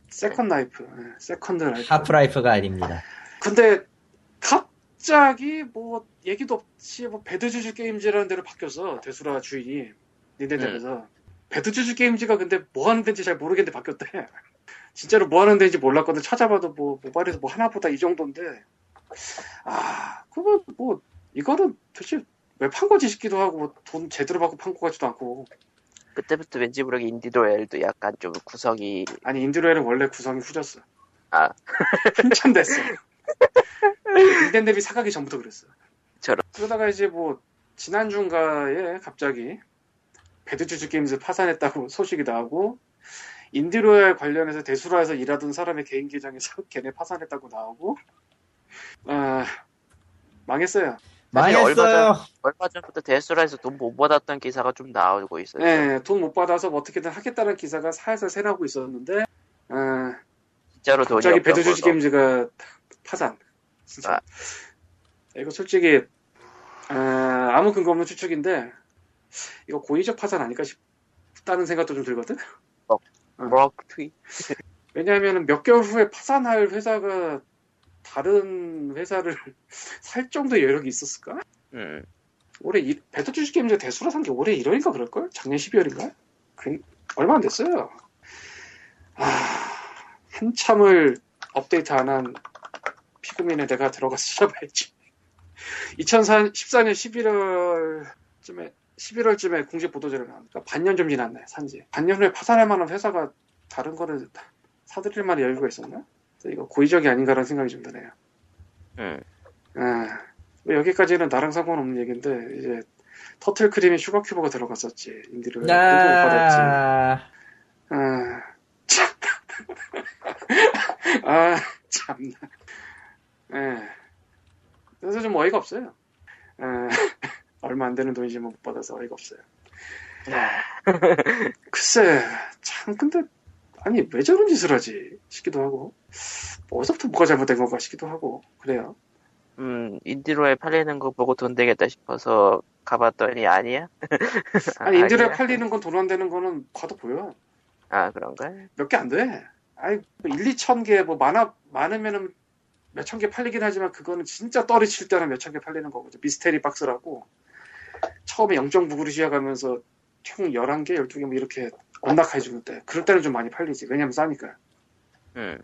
D: 세컨 라이프, 예, 세컨드 라이프.
B: 하프라이프가 아닙니다.
D: 근데 갑자기 뭐 얘기도 없이 뭐 배드주주 게임즈라는 데로 바뀌었어 대수라 주인이 닌텐도에서 배드주주 게임즈가 근데 뭐 하는 데인지 잘 모르겠는데 바뀌었대 진짜로 뭐 하는 데인지 몰랐거든 찾아봐도 뭐 모바일에서 뭐 하나보다 이 정도인데 아 그거 뭐 이거는 도대체 왜 판 거지 싶기도 하고 뭐돈 제대로 받고 판 거 같지도 않고
A: 그때부터 왠지 모르게 인디 로얄도 약간 좀 구성이
D: 아니 인디로엘은 원래 구성이 후졌어
A: 아.
D: 한참 됐어 닌텐도비 사가기 전부터 그랬어
A: 저런.
D: 그러다가 이제 뭐 지난 중가에 갑자기 배드주주 게임즈 파산했다고 소식이 나오고 인디로얄 관련해서 대수라에서 일하던 사람의 개인 계정에서 걔네 파산했다고 나오고 아 망했어요
A: 얼마
B: 망했어요.
A: 전- 얼마 전부터 데스라에서 돈 못 받았던 기사가 좀 나오고 있어요.
D: 네, 돈 못 받아서 뭐 어떻게든 하겠다는 기사가 살살 새나고 있었는데 아,
A: 진짜로 돈이
D: 갑자기
A: 없던
D: 배드주주
A: 걸로.
D: 게임즈가 파산. 진짜.
A: 아.
D: 이거 솔직히 아, 무 근거 없는 추측인데 이거 고의적 파산 아닐까 싶다는 생각도 좀 들거든.
A: 브록 트윗.
D: 왜냐하면 몇 개월 후에 파산할 회사가 다른 회사를 살 정도의 여력이 있었을까?
A: 음.
D: 올해 이- 배드주주 게임즈 대수라 산 게 올해 1월인가 그럴걸? 작년 12월인가? 얼마 안 됐어요. 아, 한참을 업데이트 안 한 피그민에 내가 들어가서 찾아봐야지. 2014년 11월쯤에 11월쯤에 공식 보도자료 나왔니까 반년 좀 지났네 산지. 반년 후에 파산할 만한 회사가 다른 거를 사들일 만한 여유가 있었나? 그래서 이거 고의적이 아닌가라는 생각이 좀 드네요.
A: 음.
D: 아, 뭐 여기까지는 나랑 상관없는 얘기인데 이제 터틀 크림이 슈거 큐브가 들어갔었지 인디를 공부 못
B: 아.
D: 받았지.
B: 야,
D: 아, 참. 아, 참나. 예. 그래서 좀 어이가 없어요. 예. 얼마 안 되는 돈이지만 못 받아서 어이가 없어요. 예. 글쎄, 참, 근데, 아니, 왜 저런 짓을 하지? 싶기도 하고, 뭐 어디서부터 뭐가 잘못된 건가 싶기도 하고, 그래요.
A: 음, 인디로에 팔리는 거 보고 돈 되겠다 싶어서 가봤더니 아니야?
D: 아니, 인디로에
A: 아니야?
D: 팔리는 건 돈 안 되는 거는 봐도 보여.
A: 아, 그런가?
D: 몇 개 안 돼. 아이, 뭐 1, 2천 개, 뭐, 많아, 많으면은 몇 천 개 팔리긴 하지만 그거는 진짜 떨이 칠 때는 몇 천 개 팔리는 거거든. 미스테리 박스라고. 처음에 0.9으로 시작하면서 총 11개, 12개 뭐 이렇게 언락해 주는 때. 그럴 때는 좀 많이 팔리지. 왜냐면 싸니까.
A: 음.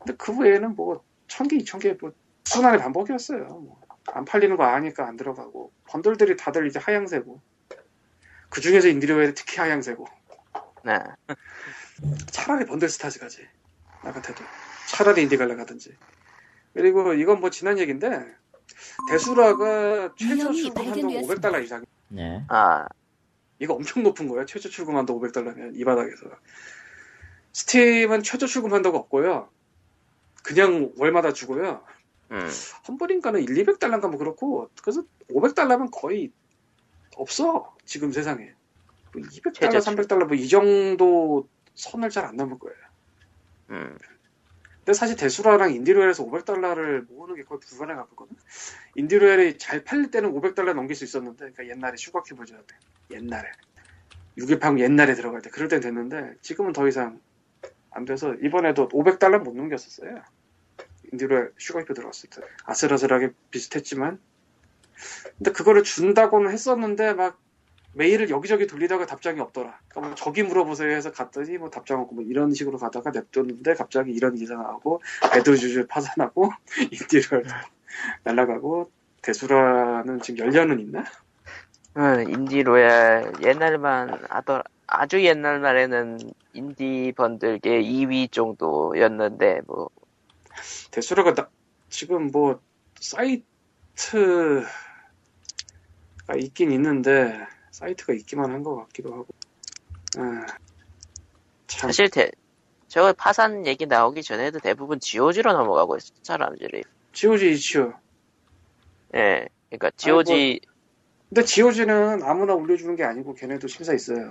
D: 근데 그 외에는 뭐, 천 개, 이천 개, 뭐, 순환의 반복이었어요. 뭐. 안 팔리는 거 아니까 안 들어가고. 번들들이 다들 이제 하향세고. 그 중에서 인디리오에 특히 하향세고.
A: 네.
D: 차라리 번들스타즈 가지. 나 같아도. 차라리 인디갈라 가든지. 그리고 이건 뭐 지난 얘기인데, 대수라가 최저
E: 유형이
D: 출금한 돈
E: 발견되었습니다.
D: 500달러 이상.
B: 네.
A: 아,
D: 이거 엄청 높은 거예요. 최저 출금한 돈 500달러면, 이 바닥에서. 스팀은 최저 출금한 도가 없고요. 그냥 월마다 주고요.
A: 음.
D: 험블인가는 1, 200달러인가 뭐 그렇고, 그래서 500달러면 거의 없어. 지금 세상에. 뭐 200달러,
A: 최저치.
D: 300달러 뭐 이 정도 선을 잘 안 넘을 거예요.
A: 음.
D: 근데 사실 대수라랑 인디로엘에서 500달러를 모으는 게 거의 불가능에 가깝거든. 인디로엘이 잘 팔릴 때는 500달러 넘길 수 있었는데, 그러니까 옛날에 슈가큐브죠. 옛날에. 6일팡 옛날에 들어갈 때. 그럴 땐 됐는데, 지금은 더 이상 안 돼서, 이번에도 500달러 못 넘겼었어요. 인디로엘 슈가큐브 들어갔을 때. 아슬아슬하게 비슷했지만. 근데 그거를 준다고는 했었는데, 막, 메일을 여기저기 돌리다가 답장이 없더라. 그러니까 뭐 저기 물어보세요 해서 갔더니 뭐 답장 없고 뭐 이런 식으로 가다가 냅뒀는데 갑자기 이런 기사 나오고 배드주주 파산하고 인디를 날라가고 대수라는 지금 열려는 있나?
A: 음, 인디로얄 옛날만 하더라. 아주 옛날 날에는 인디 번들게 2위 정도였는데 뭐
D: 대수라가 나- 지금 뭐 사이트가 있긴 있는데 사이트가 있기만 한 것 같기도 하고 아, 참
A: 사실 대, 저 파산 얘기 나오기 전에도 대부분 GOG로 넘어가고 있어 사람들이.
D: 지오지 이치오
A: 예. 그러니까 GOG
D: 근데 지오지는 아무나 올려주는 게 아니고 걔네도 심사 있어요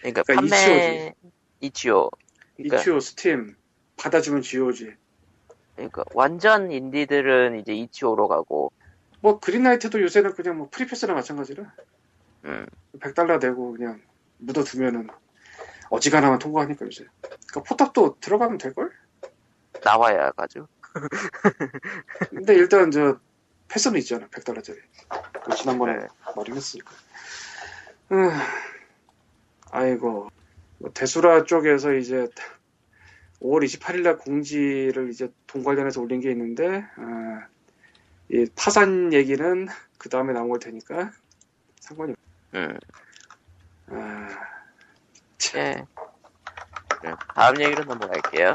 A: 그러니까
D: 그러니까
A: 판매 이치오. 그러니까,
D: 이치오 스팀 받아주면 지오지
A: 그러니까 완전 인디들은 이제 이치오로 가고
D: 뭐 그린라이트도 요새는 그냥 뭐 프리패스나 마찬가지라
A: 음.
D: 100달러 내고 그냥 묻어두면은 어지간하면 통과하니까 요새 그러니까 포탑도 들어가면 될걸?
A: 나와야 가지고.
D: 근데 일단 저 패스는 있잖아 100달러짜리 그 지난번에
A: 네.
D: 말했으니까 음, 아이고 뭐 대수라 쪽에서 이제 5월 28일날 공지를 이제 돈 관련해서 올린 게 있는데 아, 이 파산 얘기는 그 다음에 나온 걸 테니까 상관이
A: 음.
D: 아,
A: 예. 네, 다음 얘기로 넘어갈게요.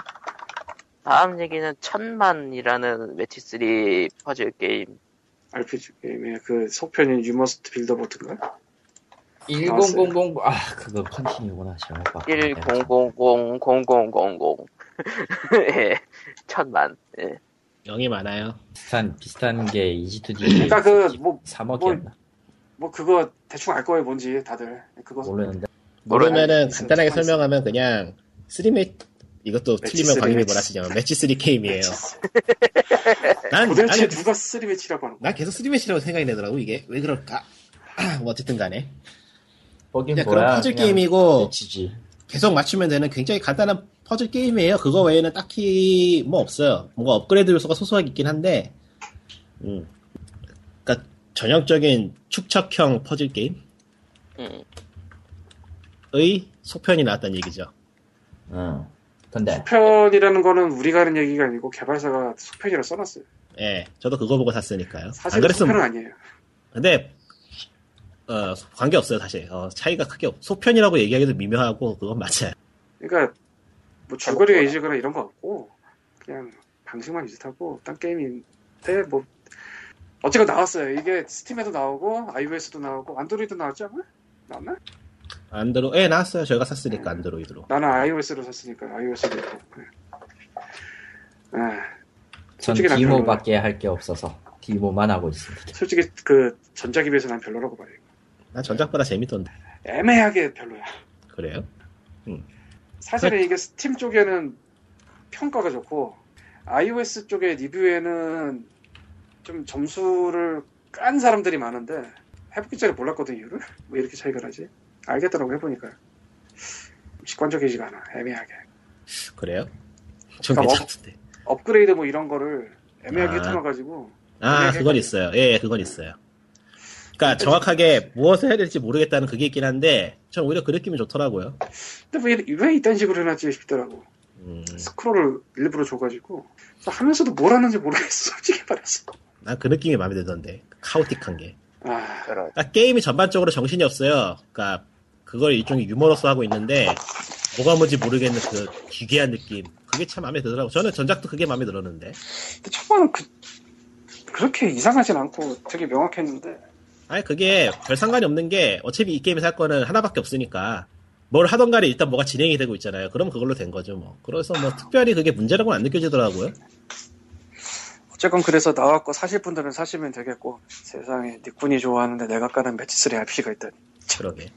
A: 다음 얘기는 천만이라는 매치3 퍼즐 게임.
D: RPG 게임의 그 속편인 유머스트 빌더보트인가?
B: 1000, 아, 그거 컨티뉴구나. 잘못 봤
A: 10000000. 예. 천만. 예.
C: 영이 많아요.
B: 비슷한, 비슷한 게 이지투디.
D: 그러니까 그 뭐
B: 3억이었나?
D: 뭐 그거 대충 알 거예요 뭔지 다들 그거
B: 모르는데.
C: 모르면은
D: 모르겠어요.
C: 간단하게
D: 가만히
C: 설명하면 그냥 3매 이것도
D: 매치
C: 틀리면
D: 쓰리
C: 광님이
D: 매치.
C: 뭐라 하시냐면 매치 3 게임이에요. 난,
D: 도대체
C: 나는
D: 누가 쓰리매치라고 하는 거야?
C: 난 계속 3매치라고 생각이 되더라고 이게 왜 그럴까? 뭐 어쨌든 간에
B: 거긴
C: 그냥
B: 뭐야,
C: 그런 퍼즐
B: 그냥
C: 게임이고
B: 매치지.
C: 계속 맞추면 되는 굉장히 간단한 퍼즐 게임이에요. 그거 외에는 딱히 뭐 없어요. 뭔가 업그레이드 요소가 소소하게 있긴 한데, 음, 그러니까 전형적인 축척형 퍼즐 게임의
A: 음.
C: 속편이 나왔다는 얘기죠.
B: 응. 근데
D: 수편이라는 거는 우리가 하는 얘기가 아니고 개발사가 수편이라 써놨어요.
C: 예, 저도 그거 보고 샀으니까요. 안
D: 사실 수편은
C: 그랬으면
D: 아니에요.
C: 근데 어 관계 없어요 사실. 어, 차이가 크게 없. 소편이라고 얘기하기도 미묘하고 그건 맞아요.
D: 그러니까 뭐 줄거리가 이지거나 이런 거 없고 그냥 방식만 비슷하고 딴 게임인데 뭐 어쨌건 나왔어요. 이게 스팀에도 나오고 iOS도 나오고 안드로이드 나왔지 않아? 나왔나?
C: 안드로 예 나왔어요. 저희가 샀으니까 안드로이드로.
D: 나는 iOS로 샀으니까 iOS도 있고. 예. 아,
B: 전
D: 솔직히 난
B: 디모밖에 할 게 없어서 디모만 하고 있습니다.
D: 솔직히 그 전작에 비해서 난 별로라고 봐요.
C: 난 전작보다 재밌던데.
D: 애매하게 별로야.
C: 그래요?
D: 사실은 이게 스팀 쪽에는 평가가 좋고 iOS 쪽의 리뷰에는 좀 점수를 깐 사람들이 많은데 해보기 전에 몰랐거든 이유를 왜 이렇게 차이가 나지 알겠더라고 해보니까 직관적이지가 않아 애매하게
C: 그래요? 좀
D: 그러니까
C: 괜찮던데.
D: 업그레이드 뭐 이런 거를
C: 아.
D: 애매하게 흩어놔가지고
C: 아 그건 있어요. 예, 예, 그건 있어요. 그러니까 정확하게 무엇을 해야 될지 모르겠다는 그게 있긴 한데 전 오히려 그 느낌이 좋더라고요.
D: 근데 왜, 왜 이딴 식으로 해놨지 싶더라고
C: 음,
D: 스크롤을 일부러 줘가지고 그래서 하면서도 뭘 하는지 모르겠어 솔직히 말해서
C: 난 그 느낌이 마음에 들던데. 카오틱한 게.
D: 아
A: 그런
C: 그러니까 게임이 전반적으로 정신이 없어요. 그러니까 그걸 일종의 유머로서 하고 있는데 뭐가 뭔지 모르겠는 그 기괴한 느낌. 그게 참 마음에 들더라고. 저는 전작도 그게 마음에 들었는데.
D: 근데 초반은 그, 그렇게 이상하진 않고 되게 명확했는데
C: 아니 그게 별 상관이 없는 게 어차피 이 게임의 사건은 하나밖에 없으니까 뭘 하던 간에 일단 뭐가 진행이 되고 있잖아요. 그럼 그걸로 된 거죠 뭐. 그래서 뭐 특별히 그게 문제라고는 안 느껴지더라고요.
D: 어쨌건 그래서 나왔고 사실 분들은 사시면 되겠고 세상에 니꾼이 좋아하는데 내가 까는 매치3 RPG가 있다니
C: 그러게.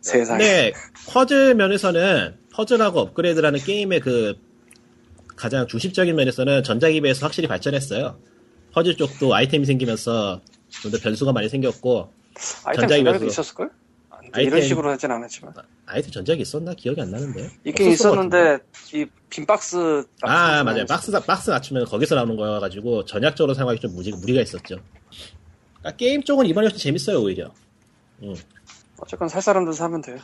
D: 세상에
C: 근데 퍼즐 면에서는 퍼즐하고 업그레이드라는 게임의 그 가장 중심적인 면에서는 전작에 비해서 확실히 발전했어요. 퍼즐 쪽도 아이템이 생기면서 좀 더 변수가 많이 생겼고
D: 아이템
C: 전작이
D: 개발도
C: 그래서-
D: 있었을걸? 아, 근데
C: 아이템-
D: 이런 식으로 하진 않았지만
C: 아이템 전작이 있었나 기억이 안 나는데.
D: 있긴
C: 없었을 것 같은데.
D: 있었는데 이 빈 박스
C: 아 맞아요. 박스 박스 맞추면 거기서 나오는 거여가지고 전략적으로 생각하기 좀 무지, 무리가 있었죠. 그러니까 게임 쪽은 이번에 훨씬 재밌어요 오히려.
D: 어쨌건 살 사람들 사면 돼요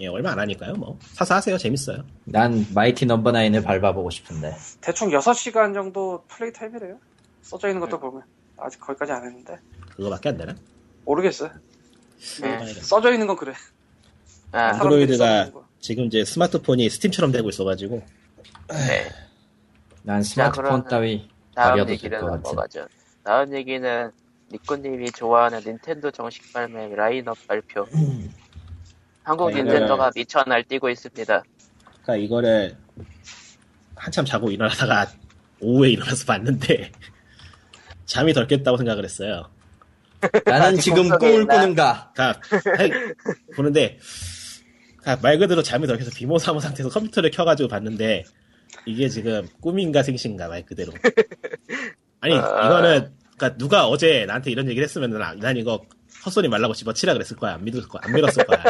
C: 예 얼마 안 하니까요 뭐 사서 하세요 재밌어요.
B: 난 마이티 넘버 나인을 밟아보고 싶은데
D: 대충 6시간 정도 플레이 타임이래요 써져 있는
C: 네.
D: 것도 보면 아직 거기까지 안 했는데
C: 그거밖에 안 되나?
D: 모르겠어요
A: 네.
D: 써져 있는 건 그래
A: 아,
D: 사람들이
C: 안드로이드가
D: 써먹는 거.
C: 지금 이제 스마트폰이 스팀처럼 되고 있어가지고
A: 네.
B: 난 스마트폰
A: 그러면
B: 따위
A: 다음
B: 버려도
A: 얘기는
B: 될것 같은.
A: 넘어가죠. 다음 얘기는 니코님이 좋아하는 닌텐도 정식 발매 라인업 발표. 한국
C: 네.
A: 닌텐도가 미쳐 날뛰고 있습니다.
C: 그러니까 이거를 한참 자고 일어나다가 오후에 일어나서 봤는데 잠이 덜 깼다고 생각을 했어요.
B: 나는
A: 아직
B: 지금
A: 꿈속에
B: 꿈을
A: 있나?
B: 꾸는가?
C: 그러니까 아니, 보는데 그러니까 말 그대로 잠이 덜 깨서 비모사모 상태에서 컴퓨터를 켜가지고 봤는데 이게 지금 꿈인가 생신가 말 그대로. 아니 이거는 그러니까 누가 어제 나한테 이런 얘기를 했으면 난, 난 이거 헛소리 말라고 집어치라 그랬을 거야 안 믿을 거야 안 믿었을 거야.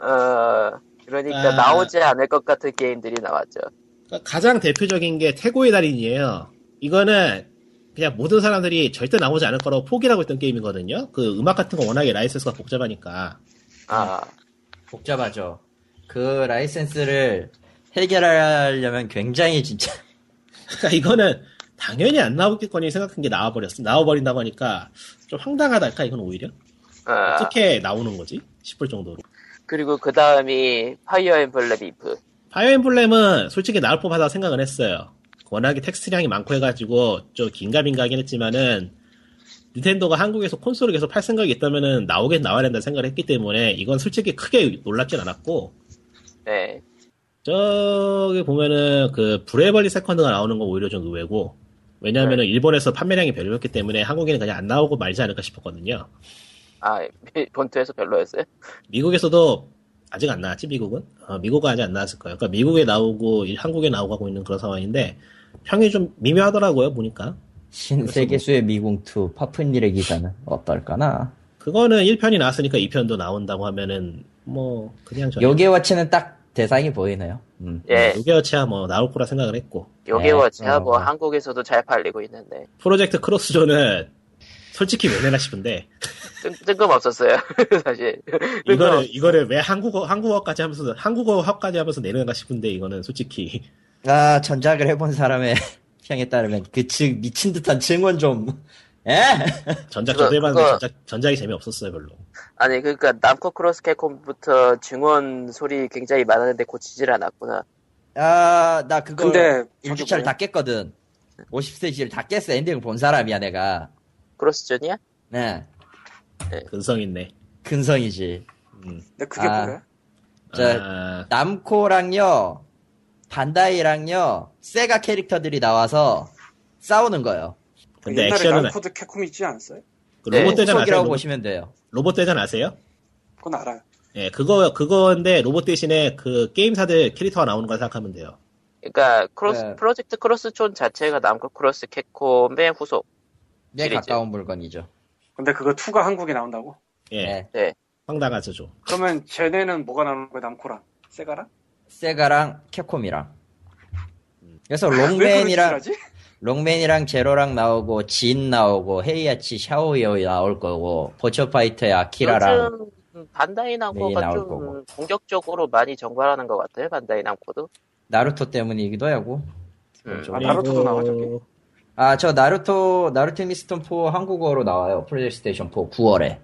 A: 어, 그러니까
C: 아.
A: 나오지 않을 것 같은 게임들이 나왔죠.
C: 그러니까 가장 대표적인 게 태고의 달인이에요. 이거는 그냥 모든 사람들이 절대 나오지 않을 거라고 포기하고 있던 게임이거든요. 그 음악 같은 거 워낙에 라이센스가 복잡하니까.
A: 아,
B: 복잡하죠. 그 라이센스를 해결하려면 굉장히 진짜
C: 그러니까 이거는 당연히 안 나오겠거니 생각한 게 나와버렸어. 나와버린다고 하니까 좀 황당하달까, 이건 오히려?
A: 어.
C: 어떻게 나오는 거지? 싶을 정도로.
A: 그리고 그 다음이 파이어 엠블렘 이프.
C: 파이어 엠블렘은 솔직히 나올 법하다 생각은 했어요. 워낙에 텍스트량이 많고 해가지고 좀 긴가민가하긴 했지만은 닌텐도가 한국에서 콘솔을 계속 팔 생각이 있다면은 나오긴 나와야 된다 생각을 했기 때문에 이건 솔직히 크게 놀랍진 않았고
A: 네.
C: 저기 보면은 그 브레벌리 세컨드가 나오는 건 오히려 좀 의외고 왜냐하면은 일본에서 판매량이 별로였기 때문에 한국에는 그냥 안 나오고 말지 않을까 싶었거든요.
A: 아, 본토에서 별로였어요?
C: 미국에서도 아직 안 나왔지 미국은 어, 미국은 아직 안 나왔을 거예요. 그러니까 미국에 나오고 일- 한국에 나오고 하고 있는 그런 상황인데 평이 좀 미묘하더라고요 보니까
B: 신세계수의 미궁2 파푼일의 기사는 어떨까나?
C: 그거는 1편이 나왔으니까 2편도 나온다고 하면은 뭐 그냥 저
B: 요게와치는 딱 대상이 보이네요. 음.
A: 예.
C: 요게어치야 뭐 나올 거라 생각을 했고
A: 요게워치야
B: 어.
A: 뭐 한국에서도 잘 팔리고 있는데.
C: 프로젝트 크로스존은 솔직히 왜 내나 싶은데
A: 뜬, 금 없었어요 사실
C: 이거를 이거를 왜 한국어 한국어까지 하면서 한국어까지 하면서 내는가 싶은데 이거는 솔직히
B: 아, 전작을 해본 사람의 향에 따르면 그 즉 미친 듯한 증언 좀. 에?
C: 전작
A: 그거-
C: 저도 해봤는데
A: 그거-
C: 전작 전작이 재미없었어요 별로.
A: 아니 그러니까 남코 크로스 캡콤부터 증언 소리 굉장히 많았는데 고치질 않았구나
B: 아, 나 그거
D: 근데
B: 일주차를 다 깼거든. 50세지를 다 깼어. 엔딩을 본 사람이야, 내가.
A: 크로스전이야?
B: 네.
C: 근성 있네.
B: 근성이지.
D: 근데 그게
B: 아.
D: 뭐야?
B: 자,
C: 아,
B: 남코랑요, 반다이랑요, 세가 캐릭터들이 나와서 싸우는 거예요.
D: 그
C: 근데
D: 옛날에
C: 액션은
D: 남코드 캡콤 있지 않았어요?
C: 그
A: 네,
C: 로봇 대전 아세요?
B: 속이라고
C: 로봇,
B: 보시면 돼요.
C: 로봇 대전 아세요?
D: 그건 알아요.
C: 예, 그거 그거인데 로봇 대신에 그 게임사들 캐릭터가 나오는 거 생각하면 돼요.
A: 그러니까 크로스
B: 네.
A: 프로젝트 크로스존 자체가 남코 크로스 캡콤의 후속
B: 네,
A: 시리즈.
B: 가까운 물건이죠.
D: 근데 그거 2가 황국에 나온다고?
C: 예,
B: 네.
C: 황당하죠 좀.
D: 그러면 쟤네는 뭐가 나오는 거야? 남코랑 세가랑?
B: 세가랑 캡콤이랑. 그래서
D: 아, 왜 그런 짓을
B: 롱맨이랑,
D: 하지?
B: 롱맨이랑 제로랑 나오고, 진 나오고, 헤이아치, 샤오이오 나올 거고, 버처파이터의 아키라랑,
A: 요즘 반다이 남코가
B: 메인
A: 좀
B: 나올 거고.
A: 공격적으로 많이 정발하는 것 같아요 반다이 남코도
B: 나루토 때문이기도 하고.
A: 음.
B: 좀-
C: 그렇죠.
D: 아, 나루토도 나와, 저기?
B: 아, 저 나루토, 나루토 미스톤 4 한국어로 나와요. 플레이스테이션 4 9월에.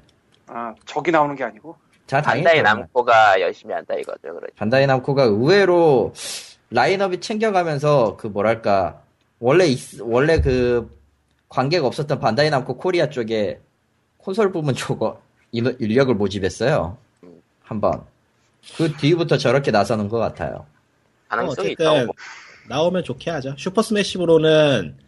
D: 아 적이 나오는 게 아니고
B: 자,
A: 반다이
B: 당연히.
A: 남코가 열심히 한다 이거죠 그렇죠
B: 반다이 남코가 의외로 라인업이 챙겨가면서 그 뭐랄까, 원래, 있- 원래 그 관계가 없었던 반다이 남코 코리아 쪽에 콘솔 부문 쪽어 인- 인력을 모집했어요. 한 번. 그 뒤부터 저렇게 나서는 것 같아요.
A: 가능성이
C: 어쨌든
A: 있다고
C: 나오면 좋게 하죠. 슈퍼 스매시브로는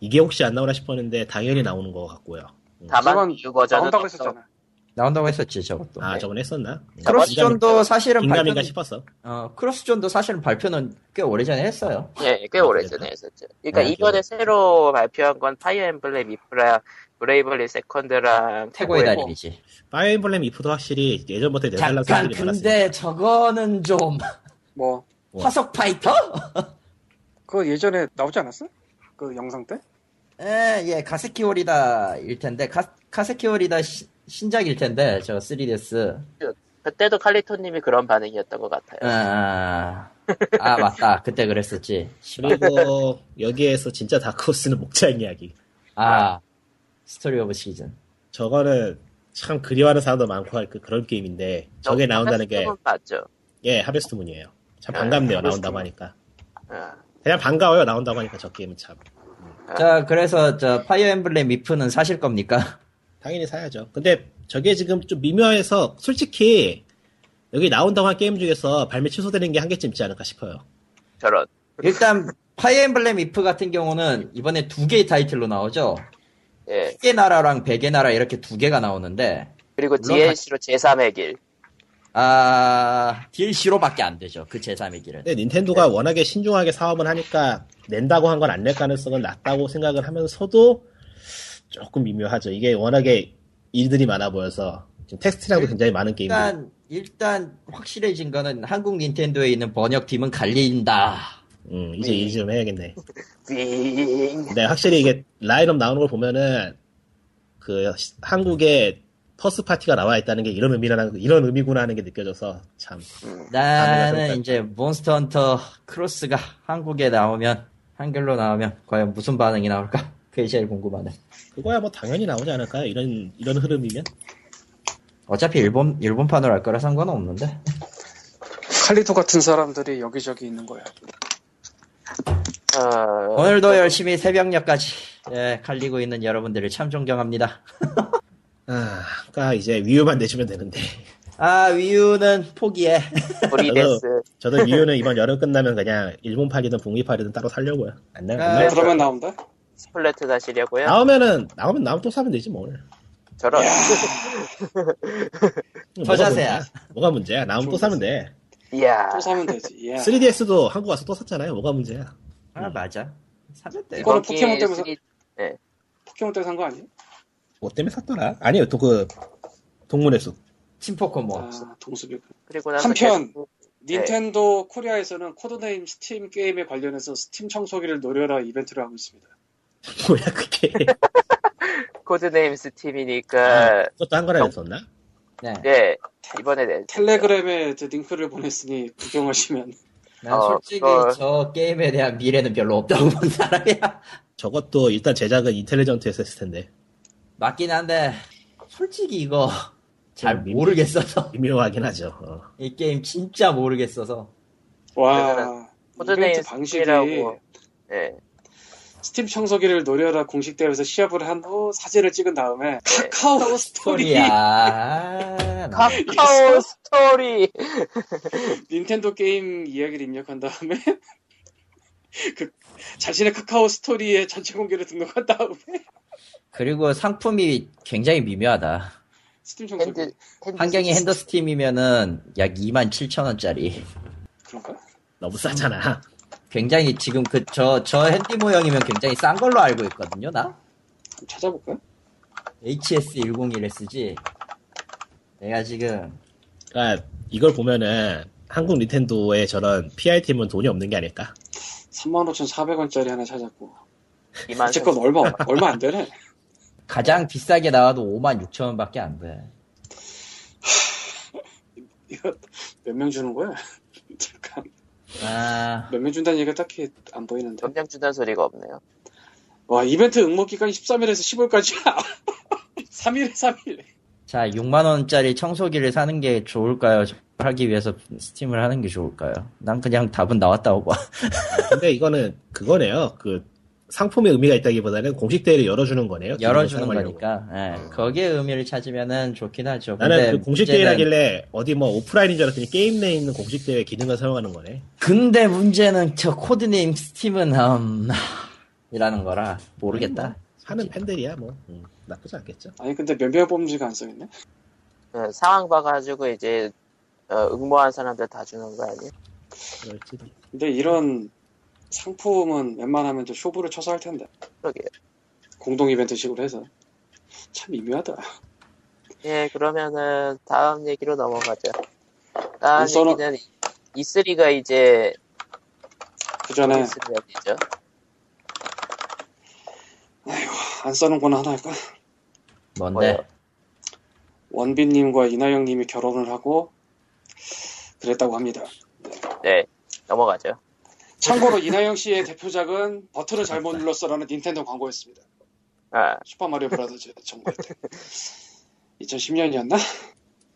C: 이게 혹시 안 나오나 싶었는데 당연히 나오는 것 같고요.
A: 다만 그
D: 저건
A: 이 버전은
D: 나온다고
A: 없어
D: 했었잖아.
B: 나온다고 했었지, 저것도.
C: 아 저번에 했었나?
B: 크로스존도 사실은
C: 긴가민가
B: 발표는,
C: 싶었어.
B: 어, 크로스존도 사실은 발표는 꽤 오래전에 했어요.
A: 예, 꽤 오래전에 했었죠. 그러니까
C: 네,
A: 이번에
C: 기억나.
A: 새로 발표한 건 파이어 엠블렘 이프랑 브레이블리 세컨드랑
B: 태고의
A: 태고의
B: 달인이지.
C: 파이어 엠블렘 이프도 확실히 예전부터 네덜란드
B: 잠깐
C: 사람들이 많았어요.
B: 근데 저거는 좀
D: 뭐
C: 우와.
B: 화석 파이터?
D: 그거 예전에 나오지 않았어? 그 영상 때?
B: 예, 예 가세키오리다 일 텐데 가, 가세키오리다 시- 신작일 텐데 저 3DS.
A: 그때도 칼리토님이 그런 반응이었던 것
C: 음,
A: 같아요.
B: 아, 아 맞다 그때 그랬었지.
C: 그리고 여기에서 진짜 다크호스는 목장 이야기.
B: 아 스토리 오브 시즌.
C: 저거는 참 그리워하는 사람도 많고 할 그- 그런 게임인데 저게 나온다는 게
A: 그건 맞죠.
C: 예, 하베스트 문이에요. 참
A: 어, 아,
C: 반갑네요.
D: 하베스트
C: 나온다고
D: 문.
C: 하니까.
A: 어.
C: 그냥 반가워요. 나온다고 하니까 저 게임은 참.
B: 자 그래서 저 파이어 엠블렘 미프는 사실 겁니까?
C: 당연히 사야죠. 근데 저게 지금 좀 미묘해서 솔직히 여기 나온다고 한 게임 중에서 발매 취소되는 게 한 개쯤 있지 않을까 싶어요.
A: 저런.
B: 일단 파이어 엠블렘 미프 같은 경우는 이번에 두 개의 타이틀로 나오죠.
A: 예.
B: 세개 나라랑 백의 나라 이렇게 두 개가 나오는데
A: 그리고 DLC로 제3의 길.
B: 아, DLC로밖에 안 되죠. 그 제3의 길은.
C: 근데 닌텐도가 워낙에 신중하게 사업을 하니까 낸다고 한 건 안 낼 가능성은 낮다고 생각을 하면서도 조금 미묘하죠. 이게 워낙에 일들이 많아 보여서 지금 텍스트량도 굉장히 많은 게임들.
D: 네.
B: 일단, 일단 확실해진 거는 한국 닌텐도에 있는 번역팀은 갈린다.
C: 음, 이제 일 좀 해야겠네.
A: 윙.
C: 근데 확실히 이게 라인업 나오는 걸 보면은 그 시- 한국에 퍼스 파티가 나와 있다는 게 이런 의미라는 이런 의미구나 하는 게 느껴져서 참
B: 나는
C: 그렇다.
B: 이제 몬스터 헌터 크로스가 한국에 나오면, 한글로 나오면 과연 무슨 반응이 나올까? 그게 제일 궁금하네.
C: 그거야 뭐 당연히 나오지 않을까요? 이런 이런 흐름이면
B: 어차피 일본, 일본판으로 할 거라 상관없는데.
D: 칼리토 같은 사람들이 여기저기 있는 거야.
A: 어,
B: 오늘도 열심히 새벽녘까지, 예, 갈리고 있는 여러분들을 참 존경합니다.
C: 아, 그러니까 이제 위유만 내주면 되는데
B: 아, 위유는 포기해.
A: 브리데스.
C: 저도 위유는 이번 여름 끝나면 그냥 일본팔이든 북미팔이든 따로 살려고요. 안 나, 안
B: 아,
C: 나.
D: 네, 그러면 나온다?
A: 스플래트 다시려고요.
C: 나오면은 나오면 나오면 또 사면 되지 뭘.
A: 저런.
C: 뭐가
B: 자세야.
C: 문제야? 뭐가 문제야? 나오면 또 사면 돼.
A: 이야.
D: 또 사면 되지.
C: 네.
D: 예.
C: 3DS도 한국 와서 또 샀잖아요. 뭐가 문제야?
B: 아, 맞아. 사면 돼.
D: 음. 이거는
A: 이번 기회에
D: 포켓몬 때문에
A: 쓰리-
D: 포켓몬 때 산 거 아니에요?
C: 뭐 때문에 샀더라? 아니에요. 또 그 동물의 숲.
B: 팀포코모.
D: 아, 동수비.
A: 그리고 나서
D: 한편.
A: 계속-
D: 닌텐도 코리아에서는 코드네임 스팀 게임에 관련해서 스팀 청소기를 노려라 이벤트를 하고 있습니다.
C: 뭐야 그게?
A: 코드네임 스팀이니까
C: 그것도 한글화 됐었나?
B: 네.
A: 네 이번에 내-
D: 텔레그램에 저 링크를 보냈으니 구경하시면
B: 난
A: 어,
B: 솔직히
A: 그걸-
B: 저 게임에 대한 미래는 별로 없다고 본 사람이야.
C: 저것도 일단 제작은 인텔리전트에서 했을 텐데
B: 맞긴 한데 솔직히 이거 잘
C: 좀 미-
B: 모르겠어서
C: 미묘하긴 하죠. 어.
B: 이 게임 진짜 모르겠어서
D: 와
A: 코드네임
D: 이벤트 방식이
A: 스팀이라고 네
D: 스팀 청소기를 노려라 공식 대회에서 시합을 한 후 사진을 찍은 다음에 카카오 스토리
B: 소리야. 아, 나-
A: 카카오 스토리
D: 음. 닌텐도 게임 이야기를 입력한 다음에 그 자신의 카카오 스토리에 전체 공개를 등록한 다음에
B: 그리고 상품이 굉장히 미묘하다.
D: 스팀 청소기
A: 핸드 핸드
B: 환경이 핸더스팀이면은 약 27,000원짜리.
D: 그런가?
C: 너무 싸잖아.
B: 굉장히 지금 그 저 저 핸디 모형이면 굉장히 싼 걸로 알고 있거든요, 나.
D: 한번 찾아볼까요?
B: HS101S지. 내가 지금
C: 그러니까 이걸 보면은 한국 닌텐도의 저런 PI 팀은 돈이 없는 게 아닐까?
D: 35,400원짜리 하나 찾았고
A: 이만
D: 제 건 얼마 얼마 안 되네
B: 가장 비싸게 나와도 56,000원밖에 안 돼.
D: 이거 몇 명 주는 거야? 잠깐
B: 아,
D: 몇 명 준다는 얘기가 딱히 안 보이는데
A: 점장 준다는 소리가 없네요
D: 와 이벤트 응모 기간이 13일에서 15일까지야 3일에 3일
B: 자, 6만 원짜리 청소기를 사는 게 좋을까요? 하기 위해서 스팀을 하는 게 좋을까요? 난 그냥 답은 나왔다고 봐.
C: 근데 이거는 그거네요. 그 상품의 의미가 있다기보다는 공식 대회를 열어주는 거네요.
B: 열어주는
C: 사용하려고. 아.
B: 거니까. 예, 거기에 의미를 찾으면은 좋긴 하죠.
C: 나는
B: 근데
C: 그 공식
B: 문제는-
C: 대회라길래 어디 뭐 오프라인인 줄 알았더니 게임 내에 있는 공식 대회 기능을 사용하는 거네.
B: 근데 문제는 저 코드네임 스팀은 음, 이라는 거라 모르겠다.
C: 사는 팬들이야 뭐 음, 나쁘지 않겠죠.
D: 아니 근데 몇 명 뽑는지가 안 써있네
A: 그 상황 봐가지고 이제 어, 응모한 사람들 다 주는 거 아니에요?
C: 그럴지도.
D: 근데 이런 상품은 웬만하면 저 쇼부를 쳐서 할 텐데
A: 그러게요
D: 공동 이벤트식으로 해서 참 미묘하다
A: 예, 그러면은 다음 얘기로 넘어가죠. 다음
D: 우선은-
A: 얘기는 E3가 이제
D: 그 전에
A: 있으면이죠.
D: 안 써놓은 건 하나 할까?
B: 뭔데?
A: 뭐요?
D: 원빈님과 이나영님이 결혼을 하고 그랬다고 합니다
A: 네, 넘어가죠.
D: 참고로 이나영 씨의 대표작은 버튼을 잘못 눌렀어라는 닌텐도 광고였습니다
A: 아,
D: 슈퍼마리오 브라더즈 정보 때 2010년이었나?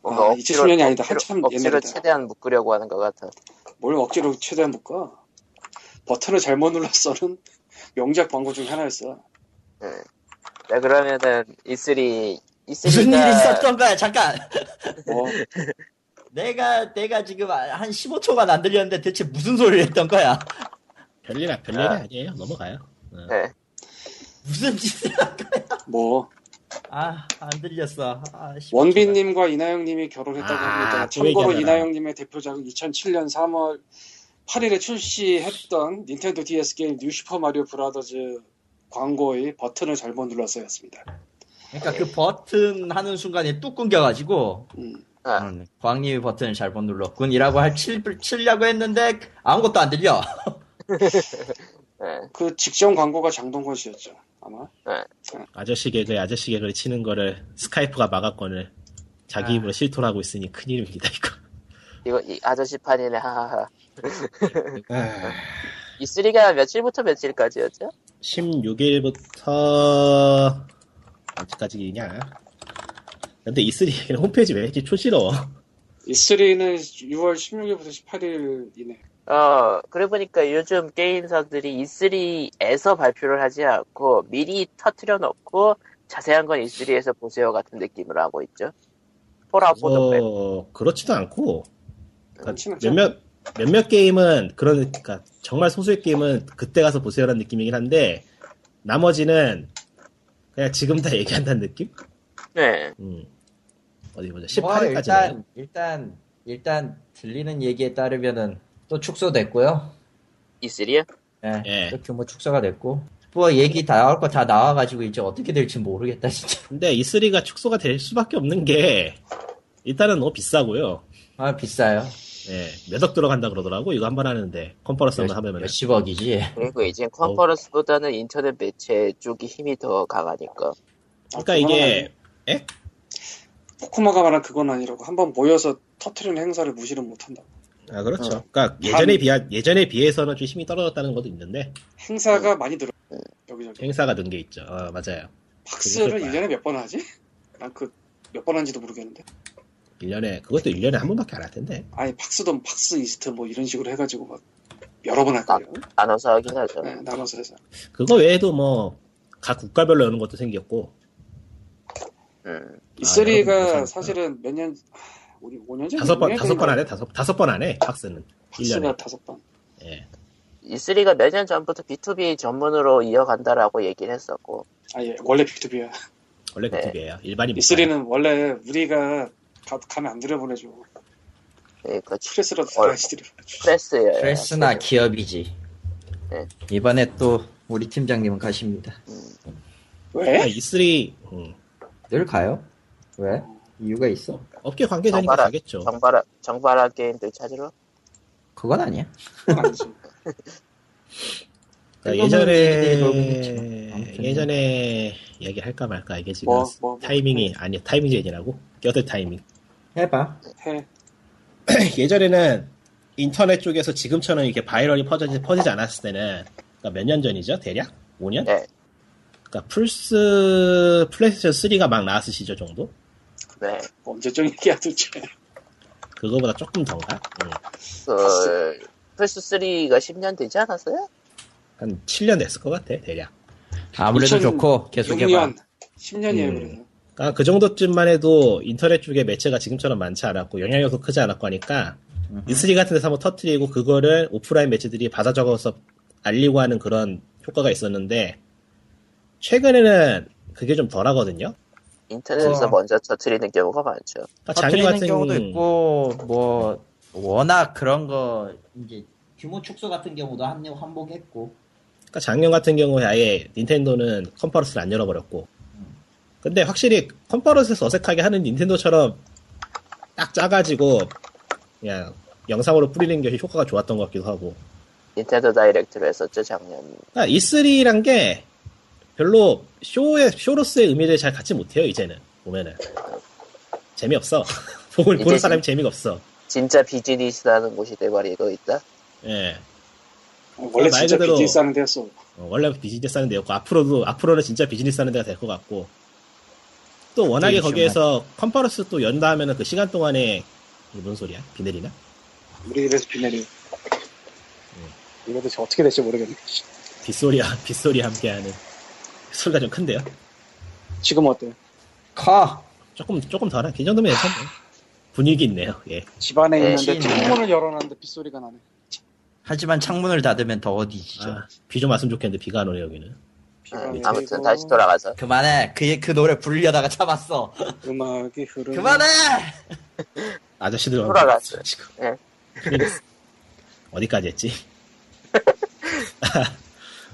A: 뭔가
D: 아,
A: 억지로,
D: 2010년이 아니다.
A: 억지로-
D: 한참
A: 억지로
D: 옛날이다.
A: 최대한 묶으려고 하는 것 같아.
D: 뭘 억지로 최대한 묶어? 버튼을 잘못 눌렀어는 명작 광고 중 하나였어.
A: 네, 그러면은 E3, E3가
B: 무슨 일이 있었던 거야? 잠깐.
D: 뭐,
B: 내가 내가 지금 한 15초간 안 들렸는데 대체 무슨 소리를 했던 거야?
C: 별일 아- 별일
A: 아.
C: 아니에요. 넘어가요. 어.
A: 네,
B: 무슨 짓을 한 거야?
D: 뭐
B: 아안 들렸어. 아, 15초간.
D: 원빈님과 이나영님이 결혼했다고
C: 아,
D: 합니다.
C: 그
D: 참고로
C: 얘기하잖아.
D: 이나영님의 대표작은 2007년 3월 8일에 출시했던 닌텐도 DS 게임 뉴 슈퍼 마리오 브라더즈 광고의 버튼을 잘못 눌렀어였습니다.
B: 그러니까 그 버튼 하는 순간에 뚝 끊겨가지고
D: 음,
A: 아,
B: 음, 광님이 버튼을 잘못 눌렀군이라고 할 칠, 칠려고 했는데 아무것도 안 들려.
A: 네, 어.
D: 그 직전 광고가 장동건 씨였죠. 아마
C: 아저씨 개그 아저씨 개그를 치는 거를 스카이프가 막았건을 자기
B: 아.
C: 입으로 실토를 하고 있으니 큰일입니다 이거.
A: 이거 이 아저씨 판이네, 하하하.
B: 네.
A: E3가 며칠부터 며칠까지였죠?
C: 16일부터 언제까지냐? 근데 E3 홈페이지 왜 이렇게 초지러워?
D: E3는 6월 16일부터 18일이네.
A: 어, 그래 보니까 요즘 게임사들이 E3에서 발표를 하지 않고 미리 터트려 놓고 자세한 건 E3에서 보세요 같은 느낌으로 하고 있죠. 폴아웃보드 빼고.
C: 어, 그렇지도 않고 그러니까
D: 그렇진 않죠.
C: 몇몇 몇몇 게임은 그런 그러니까 정말 소수의 게임은 그때 가서 보세요라는 느낌이긴 한데 나머지는 그냥 지금 다 얘기한다는 느낌?
A: 네.
C: 음. 어디 보자.
B: 뭐,
C: 18일까지.
B: 일단 일단 일단 들리는 얘기에 따르면은 또 축소됐고요.
A: E3요?
B: 예,
C: 예.
B: 또 규모 축소가 됐고 뭐 얘기 다 나올 거 다 나와가지고 이제 어떻게 될지 모르겠다 진짜.
C: 근데 E3가 축소가 될 수밖에 없는 게 일단은 너무 비싸고요.
B: 아 비싸요.
C: 예, 몇억 들어간다 그러더라고. 이거 한 번 하는데 컨퍼런스
B: 뭐 네,
C: 한 번 하면 은
B: 몇십억이지.
A: 그리고 이제 컨퍼런스보다는 인터넷 매체 쪽이 힘이 더 강하니까.
C: 그러니까
D: 아, 그건
C: 이게
D: 포코마가 말한 그건 아니라고 한 번 모여서 터트리는 행사를 무시는 못한다.
C: 아 그렇죠.
D: 어.
C: 그러니까 예전에 비하 예전에 비해서는 좀 힘이 떨어졌다는 것도 있는데 네.
D: 행사가 많이 들어 여기저기
C: 행사가 는 게 있죠. 어, 맞아요.
D: 박스를
C: 그게
D: 1년에 몇 번 하지? 난 그 몇 번 한지도 모르겠는데
C: 1년에 그것도 1년에 한 번밖에 안 할 텐데.
D: 아니 박스돈 박스 이스트 뭐 이런 식으로 해가지고 막 여러 번 할
C: 아,
D: 거예요
A: 나눠서 하긴 하죠.
D: 네, 나눠서 해서
C: 그거 외에도 뭐 각 국가별로 여는 것도 생겼고
A: 음.
D: 이
C: 아,
D: 쓰리가
C: 여러 번 해서
D: 사실은 몇 년 우리 5년 전
C: 다섯 번 다섯 번 안에 다섯 다섯 번 안에 박스는
D: 음, 박스가
C: 1년에.
D: 다섯 번
C: 예.
A: E3가 몇 년 전부터 B2B 전문으로 이어간다라고 얘기를 했었고
D: 아예 원래 B2B야
C: 원래 그
A: 네.
C: 집이에요. 일반이 못
D: 이 쓰리는 원래 우리가 가, 가면 안 들여보내줘
A: 예, 그 출-
D: 프레스라도
A: 어.
D: 다시 들여보내줘
A: 프레스예요.
B: 프레스나 기업이지. 예.
A: 네.
B: 이번에 또 우리 팀장님은 가십니다.
C: 가요.
D: 왜?
C: E3 음,
B: 늘 가요? 왜? 이유가 있어?
C: 업계 관계자니까
A: 정발아.
C: 가겠죠.
A: 정발화 정발화 게임들 찾으러
B: 그건 아니야.
D: 그건 아니지
C: 그러니까
B: 일본은 일본이
C: 예전에
B: 있지만 아무튼.
C: 예전에 얘기할까 말까 이게 지금
D: 뭐, 뭐, 뭐.
C: 타이밍이 아니 타이밍 제한이라고 껴들 타이밍.
B: 해봐.
D: 해
C: 예전에는 인터넷 쪽에서 지금처럼 이렇게 바이럴이 퍼지지, 퍼지지 않았을 때는 그러니까 몇 년 전이죠? 대략? 5년?
A: 네.
C: 그러니까 플스 플레이스테이션 3가 막 나왔을 시절 정도?
A: 네.
D: 뭐 언제적 얘기야 도대체
C: 그거보다 조금 더인가? 응.
A: 그 플스 3가 10년 되지 않았어요?
C: 한 7년 됐을 것 같아 대략.
B: 아무래도 좋고 계속해봐.
D: 6년 10년이에요
C: 음.
D: 그래서
C: 그러니까 그 정도쯤만 해도 인터넷 쪽에 매체가 지금처럼 많지 않았고 영향력도 크지 않았고 하니까 E3 같은 데서 한번 터트리고 그거를 오프라인 매체들이 받아 적어서 알리고 하는 그런 효과가 있었는데 최근에는 그게 좀 덜하거든요.
A: 인터넷에서
B: 어.
A: 먼저 터트리는 경우가 많죠.
C: 그러니까 작년
B: 터트리는
C: 같은
B: 경우도 있고 뭐 워낙 그런 거 이제 규모 축소 같은 경우도 한 한복했고
C: 그러니까 작년 같은 경우에 아예 닌텐도는 컨퍼런스를 안 열어버렸고. 근데 확실히 컨퍼런스에서 어색하게 하는 닌텐도처럼 딱 짜가지고 그냥 영상으로 뿌리는 게 효과가 좋았던 것 같기도 하고.
A: 닌텐도 다이렉트로 했었죠 작년.
C: 그러니까 E3란 게 별로 쇼의 쇼로서의 의미를 잘 갖지 못해요 이제는 보면은 재미없어. 보는 보는
A: 이제
C: 사람이 재미가 없어.
A: 진짜 비즈니스라는 곳이 돼버리고 있다.
C: 예.
D: 어, 원래
C: 말
D: 진짜
C: 그대로-
D: BTS 하는 데였어
C: 어, 원래 비즈니스 하는 데였고 앞으로도 앞으로는 진짜 비즈니스 하는 데가 될 것 같고 또
A: 네,
C: 워낙에
B: 게임
C: 거기에서 컨퍼런스 또 연다 하면은 그 시간 동안에 이게 뭔 소리야 비 내리나?
D: 우리 이래서 비내리
C: 음.
D: 이래도 저 어떻게 될지 모르겠네
C: 빗소리와 빗소리 함께하는 소리가 좀 큰데요?
D: 지금 어때?
B: 커
C: 조금 조금 덜한 그 정도면 괜찮네
A: 아.
C: 분위기 있네요 예
D: 집안에
A: 네,
D: 있는데
B: 시인이에요. 아,
D: 창문을 열어놨는데 빗소리가 나네
B: 하지만 창문을 닫으면 더워지죠.
C: 아, 비좀 왔으면 좋겠는데 비가 안 오네 여기는
D: 비가
A: 음,
D: 내리고
A: 아무튼 다시 돌아가서
B: 그만해. 그, 그 노래 부르려다가 참았어.
D: 음악이 흐르는
B: 그만해!
C: 아저씨들
A: 돌아갔어요.
C: 지금
A: 예.
C: 어디까지 했지?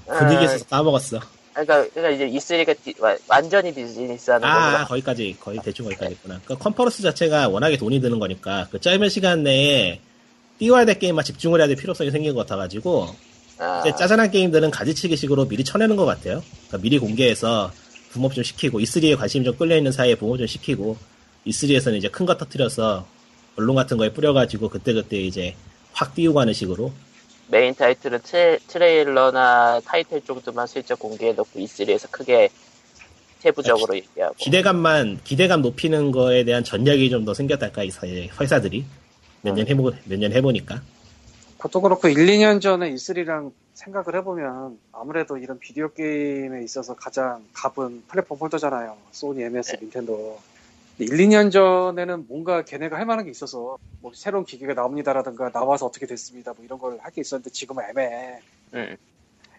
A: 아.
C: 분위기에서 까먹었어
A: 그러니까, 그러니까 이제 E3가 디- 와- 완전히 비즈니스하는
C: 아,
A: 거구나.
C: 거기까지, 거의 대충 거기까지 했구나. 그 컨퍼런스 자체가 워낙에 돈이 드는 거니까, 그 짧은 시간 내에 띄워야 될 게임만 집중을 해야 될 필요성이 생긴 것 같아가지고,
A: 아,
C: 이제 짜잘한 게임들은 가지치기 식으로 미리 쳐내는 것 같아요. 그러니까 미리 공개해서 붐업 좀 시키고, E3에 관심이 좀 끌려있는 사이에 붐업 좀 시키고, E3에서는 이제 큰 거 터트려서, 언론 같은 거에 뿌려가지고, 그때그때 이제 확 띄우고 하는 식으로.
A: 메인 타이틀은 트레, 트레일러나 타이틀 정도만 슬쩍 공개해놓고 E3에서 크게 세부적으로 아, 얘기하고
C: 기대감만, 기대감 높이는 거에 대한 전략이 좀 더 생겼달까, 이 사- 이 회사들이. 몇
A: 아.
C: 년 해보, 몇년 해보니까.
D: 그것도 그렇고 1, 2년 전에 E3랑 생각을 해보면 아무래도 이런 비디오 게임에 있어서 가장 갑은 플랫폼 폴더잖아요. 소니, MS, 닌텐도. 근데 1, 2년 전에는 뭔가 걔네가 할 만한 게 있어서 뭐 새로운 기계가 나옵니다라든가 나와서 어떻게 됐습니다 뭐 이런 걸 할 게 있었는데 지금은 애매해.
A: 음.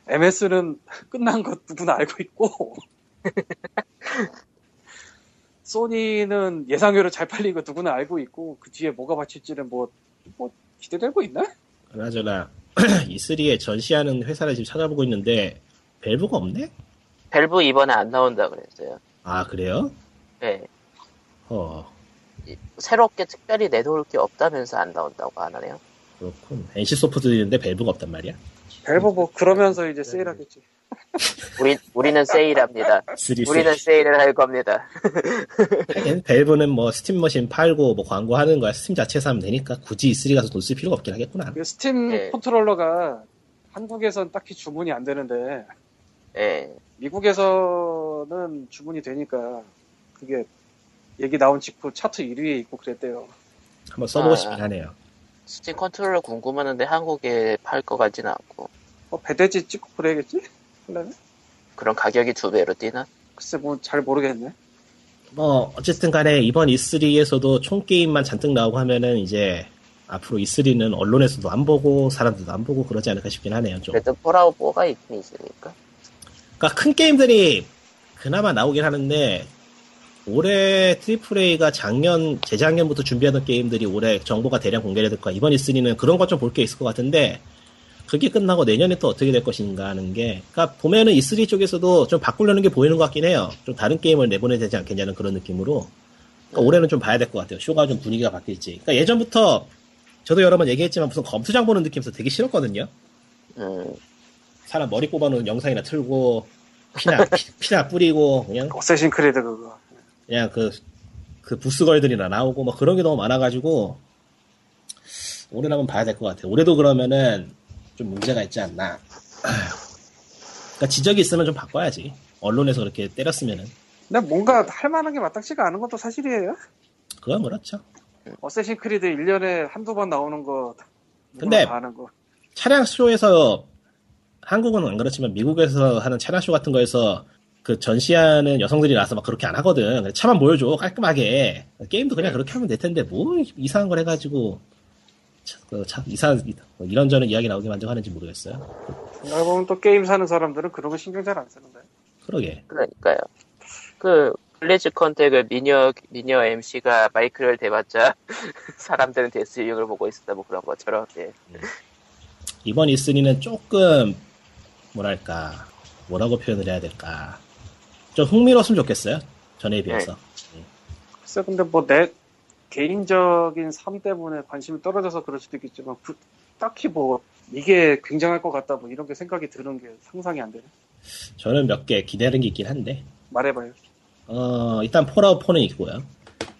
D: MS는 끝난 것 누구나 알고 있고 소니는 예상외로 잘 팔린 거 누구나 알고 있고 그 뒤에 뭐가 받칠지는 뭐, 뭐 기대되고 있나?
C: 그나저나 E3에 전시하는 회사를 지금 찾아보고 있는데 벨브가 없네?
A: 벨브 이번에 안 나온다 그랬어요.
C: 아 그래요?
A: 네.
C: 어
A: 새롭게 특별히 내놓을 게 없다면서 안 나온다고 하네요.
C: 그렇군 NC소프트도 있는데 벨브가 없단 말이야
D: 밸브 뭐 그러면서 이제 세일하겠지.
A: 우리, 우리는 세일합니다.
C: 3
A: 우리는 세일을 할 겁니다.
C: 벨브는 뭐 스팀 머신 팔고 뭐 광고하는 거야 스팀 자체에서 하면 되니까 굳이 E3 가서 돈 쓸 필요가 없긴 하겠구나
D: 그 스팀
C: 네.
A: 예.
D: 컨트롤러가 한국에선 딱히 주문이 안 되는데
A: 예.
D: 미국에서는 주문이 되니까 그게 얘기 나온 직후 차트 1위에 있고 그랬대요.
C: 한번 써보고
A: 아.
C: 싶긴 하네요
A: 스팀 컨트롤러 궁금하는데 한국에 팔 것 같진 않고.
D: 어, 배대지 찍고 그래야겠지? 하려면?
A: 그런 가격이 두 배로 뛰나?
D: 글쎄 뭐 잘 모르겠네.
C: 뭐 어쨌든 간에 이번 E3에서도 총 게임만 잔뜩 나오고 하면은 이제 앞으로 E3는 언론에서도 안 보고 사람들도 안 보고 그러지 않을까 싶긴 하네요 좀
A: 그래도 폴아웃 4가 있긴 있으니까.
C: 그러니까 큰 게임들이 그나마 나오긴 하는데 올해 트리플 A가 작년 재작년부터 준비하던 게임들이 올해 정보가 대량 공개될 거야 이번 E3는 그런 것 좀 볼 게 있을 것 같은데 그게 끝나고 내년에 또 어떻게 될 것인가 하는 게 그러니까 보면은 E3 쪽에서도 좀 바꾸려는 게 보이는 것 같긴 해요 좀 다른 게임을 내보내야 되지 않겠냐는 그런 느낌으로 그러니까 올해는 좀 봐야 될 것 같아요 쇼가 좀 분위기가 바뀔지 그러니까 예전부터 저도 여러 번 얘기했지만 무슨 검투장 보는 느낌에서 되게 싫었거든요
A: 음,
C: 사람 머리 뽑아놓은 영상이나 틀고 피나 피- 피나 뿌리고 그냥
D: 어쌔신 크리드 그거.
C: 그냥 그, 그 부스걸들이나 나오고 막 그런 게 너무 많아가지고 올해는 한번 봐야 될 것 같아요. 올해도 그러면은 좀 문제가 있지 않나. 아휴. 그러니까 지적이 있으면 좀 바꿔야지. 언론에서 그렇게 때렸으면은
D: 근데 뭔가 할 만한 게 마땅치가 않은 것도 사실이에요.
C: 그건 그렇죠.
D: 어쌔신 크리드 1년에 한두 번 나오는 거 누구나
C: 근데-
D: 다 아는 거.
C: 차량 쇼에서 한국은 안 그렇지만 미국에서 하는 차량 쇼 같은 거에서 그 전시하는 여성들이 나와서 막 그렇게 안 하거든. 그냥 차만 보여줘 깔끔하게 게임도 그냥 그렇게 하면 될 텐데 뭐 이상한 걸 해가지고 참, 그 참, 이상한 뭐 이런저런 이야기 나오게 만들고 하는지 모르겠어요.
D: 생각해보면 또 게임 사는 사람들은 그런 거 신경 잘 안 쓰는데.
C: 그러게
A: 그러니까요. 그, 블리즈 컨택을 미녀, 미녀 MC가 마이크를 대봤자 사람들은 데스육을 보고 있었다 뭐 그런 것처럼. 예.
C: 이번 E3는 조금 뭐랄까 뭐라고 표현을 해야 될까 좀 흥미로웠으면 좋겠어요. 전에 비해서
D: 글쎄 근데 뭐 내 개인적인 삶 때문에 관심이 떨어져서 그럴 수도 있겠지만 그- 딱히 뭐 이게 굉장할 것 같다 뭐 이런 게 생각이 드는 게 상상이 안 되네
C: 저는 몇 개 기대하는 게 있긴 한데
D: 말해봐요
C: 어, 일단 폴아웃 4는 있고요.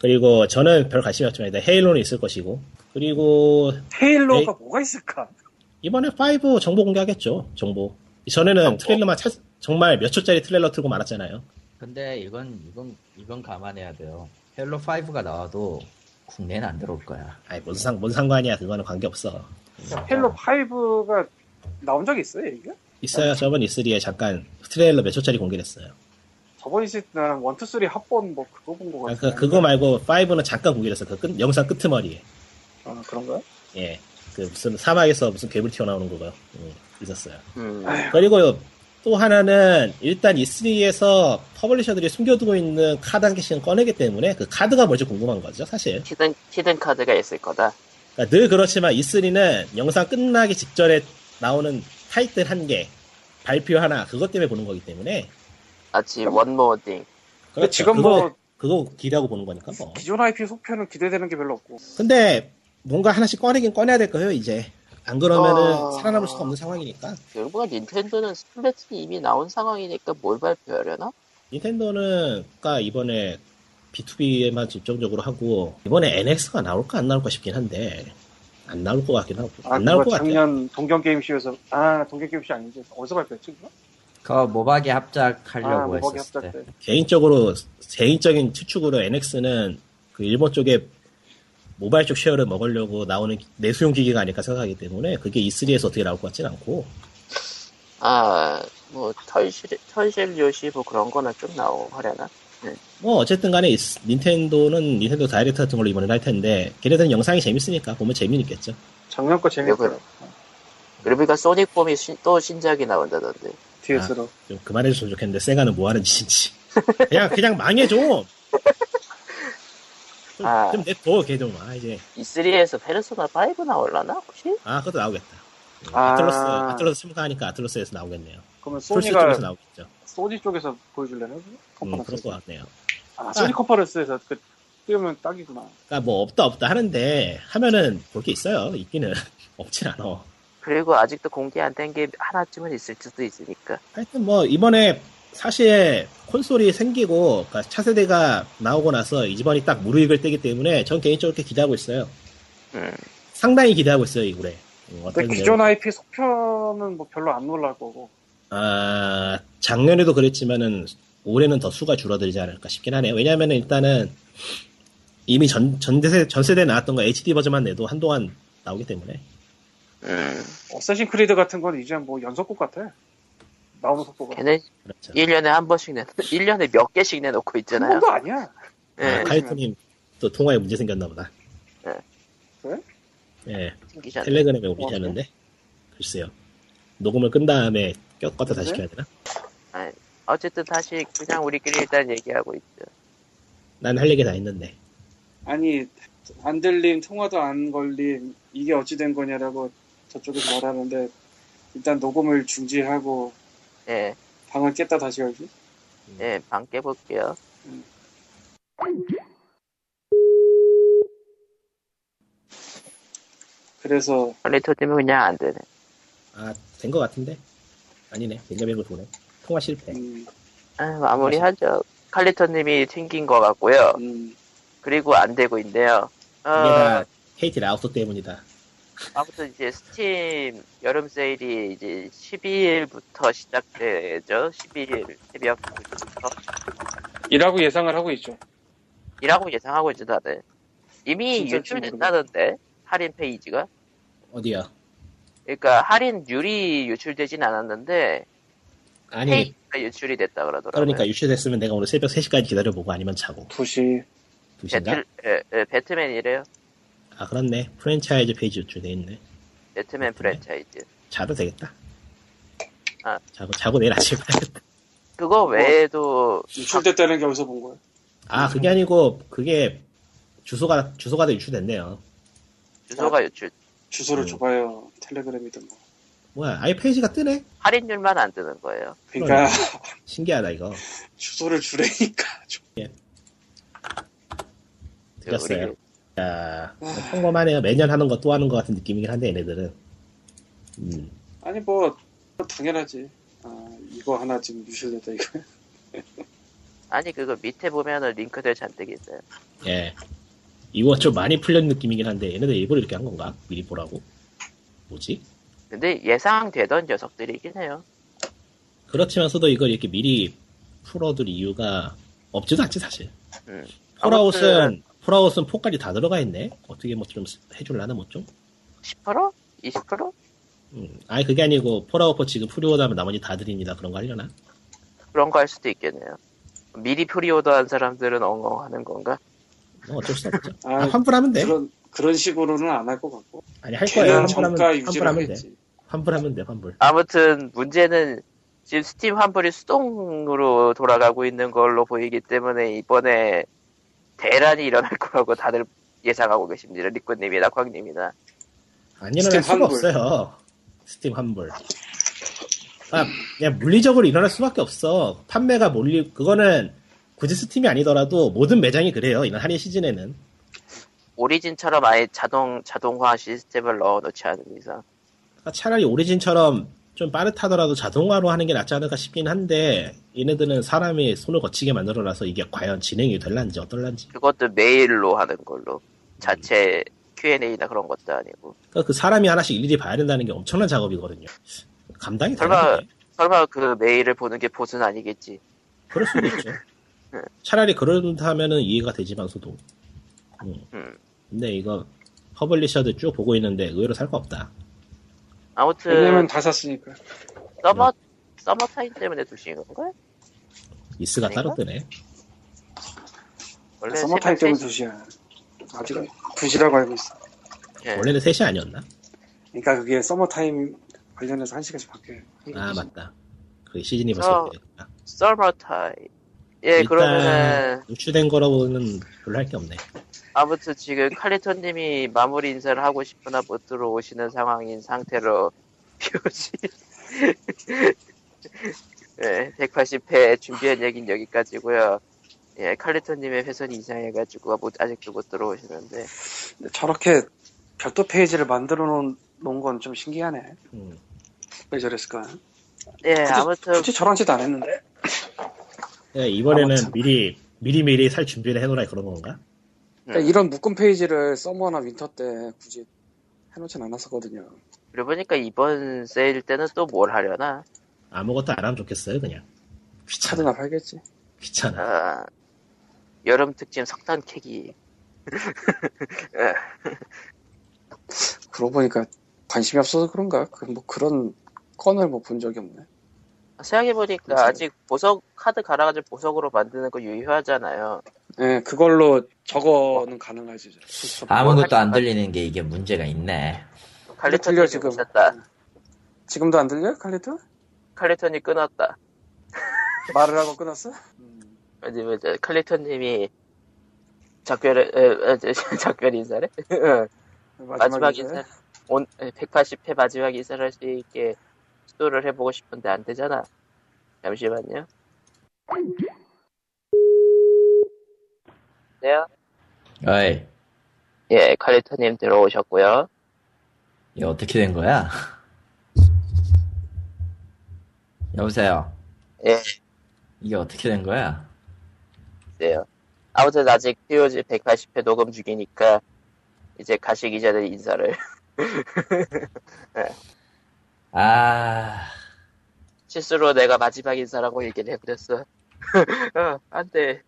C: 그리고 저는 별 관심이 없지만 일단 헤일로는 있을 것이고. 그리고
D: 헤일로가
C: 에이.
D: 뭐가 있을까
C: 이번에 5 정보 공개하겠죠. 정보. 전에는
A: 정보.
C: 트레일러만 찾- 정말 몇 초짜리 트레일러 틀고 말았잖아요.
B: 근데 이건 이건 이건 감안해야 돼요. 헬로 5가 나와도 국내는 안 들어올 거야.
C: 아이 뭔 상, 뭔 상관이야. 그거는 관계없어.
D: 헤일로 5가 나온 적이 있어요 이게?
C: 있어요. 저번 E E3에 잠깐 트레일러 몇 초짜리 공개됐어요.
D: 저번 시즌 나는 1, 2, 3 합본 뭐 그거 본 거
C: 아,
D: 같은데
C: 그, 그거 말고 5는 잠깐 공개됐어요. 그 끝, 영상 끄트머리에.
D: 아, 그런가요?
C: 예. 그 무슨 사막에서 무슨 괴물 튀어나오는 거가 예, 있었어요.
A: 음,
C: 그리고 또 하나는 일단 E3에서 퍼블리셔들이 숨겨두고 있는 카드 한 개씩은 꺼내기 때문에 그 카드가 먼저 궁금한 거죠, 사실.
A: 히든, 히든 카드가 있을 거다.
C: 그러니까 늘 그렇지만 E3는 영상 끝나기 직전에 나오는 타이틀 한 개, 발표 하나, 그것 때문에 보는 거기 때문에.
A: 마치 원모어 띵.
D: 근데
C: 그렇죠.
D: 지금
C: 그거,
D: 뭐
C: 그거 기대하고 보는 거니까 뭐.
D: 기존 IP 속편은 기대되는 게 별로 없고
C: 근데 뭔가 하나씩 꺼내긴 꺼내야 될 거예요, 이제. 안 그러면은
A: 아.
C: 살아남을 수가 없는 상황이니까.
A: 결국은 닌텐도는 스플래툰이 이미 나온 상황이니까 뭘 발표하려나?
C: 닌텐도는 그러니까 이번에 B2B에만 집중적으로 하고 이번에 NX가 나올까 안 나올까 싶긴 한데 안 나올 것 같긴 하고
D: 아
C: 안 나올
D: 그거
C: 것 같아요.
D: 작년 동경게임쇼에서 아 동경게임쇼 아니지 어디서 발표했지 그거?
B: 그거 모박이
D: 아
B: 합작하려고
D: 모박이
B: 했었을
D: 합작
B: 때.
D: 때
C: 개인적으로 개인적인 추측으로 NX는 그 일본 쪽에 모바일 쪽 쉐어를 먹으려고 나오는 내수용 기기가 아닐까 생각하기 때문에 그게 E3에서 어떻게 나올 것 같진 않고
A: 아, 뭐, 털실, 털실 요시 뭐 그런 거나 좀 나오려나?
C: 뭐 어쨌든 간에 이- 닌텐도는 닌텐도 다이렉트 같은 걸로 이번에 할 텐데 걔네들은 영상이 재밌으니까 보면 재미있겠죠.
D: 작년 거 재밌더라
C: 아.
A: 요거요. 그러니까 소닉폼이 신- 또 신작이 나온다던데.
D: DS로
C: 좀 그만해줬으면 좋겠는데 세가는 뭐 하는 짓인지 그냥 그냥 망해 좀. 좀,
A: 아.
C: 좀 냅둬 걔좀아 이제
A: E3에서 E 페르소나 5 나올라나 혹시?
C: 아 그것도 나오겠다.
D: 아.
C: 아... 틀러스 아틀러스 참가하니까 아틀러스에서 나오겠네요.
D: 그러면
C: 플스 쪽에서
D: 소니가
C: 나오겠죠.
D: 소니 쪽에서 보여줄래나?
C: 음, 그럴
D: 컨퍼런스.
C: 것 같네요.
D: 아, 소니 컨퍼런스에서 그 띄우면 딱이구나.
C: 그러니까 뭐 없다 없다 하는데 하면은 볼 게 있어요. 있기는 없진 않아.
A: 그리고 아직도 공개 안 된 게 하나쯤은 있을 수도 있으니까.
C: 하여튼 뭐 이번에 사실 콘솔이 생기고 그러니까 차세대가 나오고 나서 이번이 딱 무르익을 때기 때문에 전 개인적으로 이렇게 기대하고 있어요.
A: 음.
C: 상당히 기대하고 있어요 이 굴에. 음, 어떤
D: 근데 기존 IP 속편은 뭐 별로 안 놀랄 거고
C: 아, 작년에도 그랬지만은 올해는 더 수가 줄어들지 않을까 싶긴 하네요. 왜냐면은 일단은 이미 전, 전세대, 전세대 나왔던 거 HD 버전만 내도 한동안 나오기 때문에.
A: 음.
D: 어쌔신 크리드 같은 건 이제 뭐 연속곡 같아 나오는 속도가
A: 걔네
C: 그렇죠.
A: 1년에 한 번씩 내, 1년에 몇 개씩 내놓고
D: 한
A: 있잖아요.
D: 번도 아니야
A: 예,
C: 카이토님 또 통화에 문제 생겼나 보다.
A: 네.
D: 왜?
C: 예,
A: 생기지 않나.
C: 텔레그램에
D: 어,
C: 올리자는데. 글쎄요. 녹음을 끈 다음에 껴- 껐다 다시
D: 네?
C: 켜야 되나?
A: 어쨌든 다시 그냥 우리끼리 일단 얘기하고 있죠.
C: 난 할 얘기 다 했는데.
D: 아니 안 들림 통화도 안 걸림 이게 어찌 된 거냐라고 저쪽에서 말하는데 일단 녹음을 중지하고
A: 예,
D: 방을 깼다 다시 열기
A: 예, 방 깨볼게요.
D: 그래서
A: 플레이토 때문에 그냥 안 되네.
C: 아, 된 것 같은데? 아니네. 뱅글뱅글 도네. 통화 실패.
D: 음,
A: 아, 마무리하죠. 칼리터님이 튕긴 것 같고요.
D: 음,
A: 그리고 안 되고 있네요.
C: 이게
A: 어,
C: 다 KT 라우터 때문이다.
A: 아무튼 이제 스팀 여름 세일이 이제 12일부터 시작되죠. 12일 새벽부터.
D: 이라고 예상을 하고 있죠
A: 이라고 예상하고 있죠, 다들. 이미
D: 진짜
A: 유출됐다던데, 할인 페이지가.
C: 어디야?
A: 그러니까 할인율이 유출되진 않았는데,
C: 아니,
A: 페이지가 유출이 됐다 그러더라고요.
C: 그러니까 유출됐으면 내가 오늘 새벽 3시까지 기다려보고 아니면 자고
D: 2시
C: 2시인가?
A: 배틀, 예, 예, 배트맨이래요.
C: 아 그렇네 프랜차이즈 페이지 유출돼 있네
A: 배트맨 프랜차이즈.
C: 자도 되겠다
A: 아.
C: 자고 자고 내일 아침에 봐야겠다
A: 그거 외에도,
D: 유출됐다는 게 어디서 본 거야
C: 아 그게 아니고 그게 주소가 주소가 다 유출됐네요
A: 주소가 유출,
D: 주소를
C: 음.
D: 줘봐요 텔레그램이든 뭐
C: 뭐야 아예 페이지가 뜨네
A: 할인율만 안 뜨는 거예요.
D: 그러니까
C: 네. 신기하다 이거
D: 주소를 주래니까 좀
A: 그
C: 들었어요.
A: 우리
C: 자 평범하네요 매년 하는 거 또 하는 거 같은 느낌이긴 한데 얘네들은 음
D: 아니 뭐 당연하지 아, 이거 하나 지금 유출됐다 이거
A: 아니, 그거 밑에 보면은 링크들 잔뜩 있어요.
C: 예 이거 좀 많이 풀린 느낌이긴 한데 얘네들 일부러 이렇게 한 건가 미리 보라고 뭐지
A: 근데 예상되던 녀석들이긴 해요.
C: 그렇지만서도 이걸 이렇게 미리 풀어둘 이유가 없지도 않지 사실.
D: 네.
A: 음.
C: 폴아웃은 폴아웃은 포까지 다 들어가 있네. 어떻게 뭐 좀 해줄라나 뭐 좀.
A: 10%? 20%?
C: 음, 아니 그게 아니고 폴아웃 포 지금 프리오더하면 나머지 다 드립니다. 그런 거 하려나?
A: 그런 거 할 수도 있겠네요. 미리 프리오더한 사람들은 엉엉하는 건가?
C: 뭐 어쩔 수 없죠.
D: 아,
C: 아, 환불하면 돼.
D: 그런 그런 식으로는 안 할 것 같고
C: 아니 할 거예요.
D: 걔는 정가
C: 환불하면
D: 유지를
C: 환불하면 돼.
D: 하겠지
C: 환불하면 돼. 환불.
A: 아무튼 문제는 지금 스팀 환불이 수동으로 돌아가고 있는 걸로 보이기 때문에 이번에 대란이 일어날 거라고 다들 예상하고 계십니다. 리꾸님이나 광님이나.
C: 안 일어날
D: 스팀
C: 수가
D: 환불.
C: 없어요. 스팀 환불. 아, 그냥 물리적으로 일어날 수밖에 없어. 판매가 몰리 그거는 굳이 스팀이 아니더라도 모든 매장이 그래요. 이런 할인 시즌에는.
A: 오리진처럼 아예 자동, 자동화 시스템을 넣어놓지 않은 이상.
C: 그러니까 차라리 오리진처럼 좀 빠듯하더라도 자동화로 하는 게 낫지 않을까 싶긴 한데 얘네들은 사람이 손을 거치게 만들어놔서 이게 과연 진행이 될란지 어떨란지
A: 그것도 메일로 하는 걸로. 자체 Q&A나 그런 것도 아니고.
C: 그러니까 그 사람이 하나씩 일일이 봐야 된다는 게 엄청난 작업이거든요 감당이
A: 설마-
C: 되나
A: 설마 그 메일을 보는 게 보수는 아니겠지.
C: 그럴 수도 있죠 차라리 그런다면은 이해가 되지만서도
A: 음.
C: 음. 근데 이거 퍼블리셔들 쭉 보고 있는데 의외로 살 거 없다
A: 아무튼 네.
D: 왜냐면 다 샀으니까
A: 서머 서머 타임 때문에 두신 건가요?
C: 이스가 따로
A: 아닌가?
C: 뜨네
A: 원래
D: 네, 서머 타임 때문에
A: 세-
D: 2시야 아직 2시라고 알고 있어
A: 예.
C: 원래는 셋이 아니었나?
D: 그러니까 그게 서머 타임 관련해서 1시간씩 바뀌어요 네.
C: 아 맞다 그 시즌이
A: 저-
C: 벌써 어,
A: 서머 타임. 예, 그러면은
C: 노출된 거라고는 별로 할 게 없네
A: 아무튼 지금 칼리토님이 마무리 인사를 하고 싶으나 못 들어오시는 상황인 상태로 POG 예, 180회 준비한 얘기는 여기까지고요. 예, 칼리토님의 회선이 이상해가지고 못- 아직도 못 들어오시는데
D: 근데 저렇게 별도 페이지를 만들어 놓은 놓은 건 좀 신기하네.
C: 음.
D: 왜 저랬을까?
A: 예, 아무튼
D: 굳이 저런 짓 안 했는데.
C: 예, 이번에는
D: 아무튼.
C: 미리 미리 미리 살 준비를 해놓으라 그런 건가?
D: 그러니까 이런 묶음 페이지를 서머나 윈터 때 굳이 해놓진 않았었거든요.
A: 그러고 보니까 이번 세일 때는 또 뭘 하려나?
C: 아무것도 안 하면 좋겠어요 그냥. 귀찮아
D: 차드나 팔겠지.
C: 귀찮아.
A: 아, 여름 특집 석탄 캐기.
D: 그러고 보니까 관심이 없어서 그런가? 그, 뭐 그런 건을 뭐 본 적이 없네.
A: 생각해 보니까
D: 그치.
A: 아직 보석 카드 갈아가지고 보석으로 만드는 거 유효하잖아요.
D: 예, 그걸로 저거는 가능하지. 저- 저-
B: 아무것도 안 들리는 게 이게 문제가 있네.
A: 칼리턴이
D: 틀려, 뭐 지금.
A: 오셨다.
D: 지금도 안 들려요, 칼리터?
A: 칼리턴이 끊었다.
D: 말을 하고 끊었어? 음.
A: 아니, 뭐, 저, 칼리턴님이 작별 에, 에, 저, 작별 인사를 어, 마지막 인사 온 180회 마지막 인사를 할 수 있게 시도를 해보고 싶은데 안 되잖아. 잠시만요. 네요.
B: 어이,
A: 예, 칼리터님 들어오셨고요.
B: 이거 어떻게 된 거야? 여보세요.
A: 예,
B: 이게 어떻게 된 거야?
A: 네요. 아무튼 아직 POG 180회 녹음 중이니까 이제 가시기 전에 인사를.
B: 아,
A: 실수로 내가 마지막 인사라고 얘기를 해버렸어. 어, 안 돼.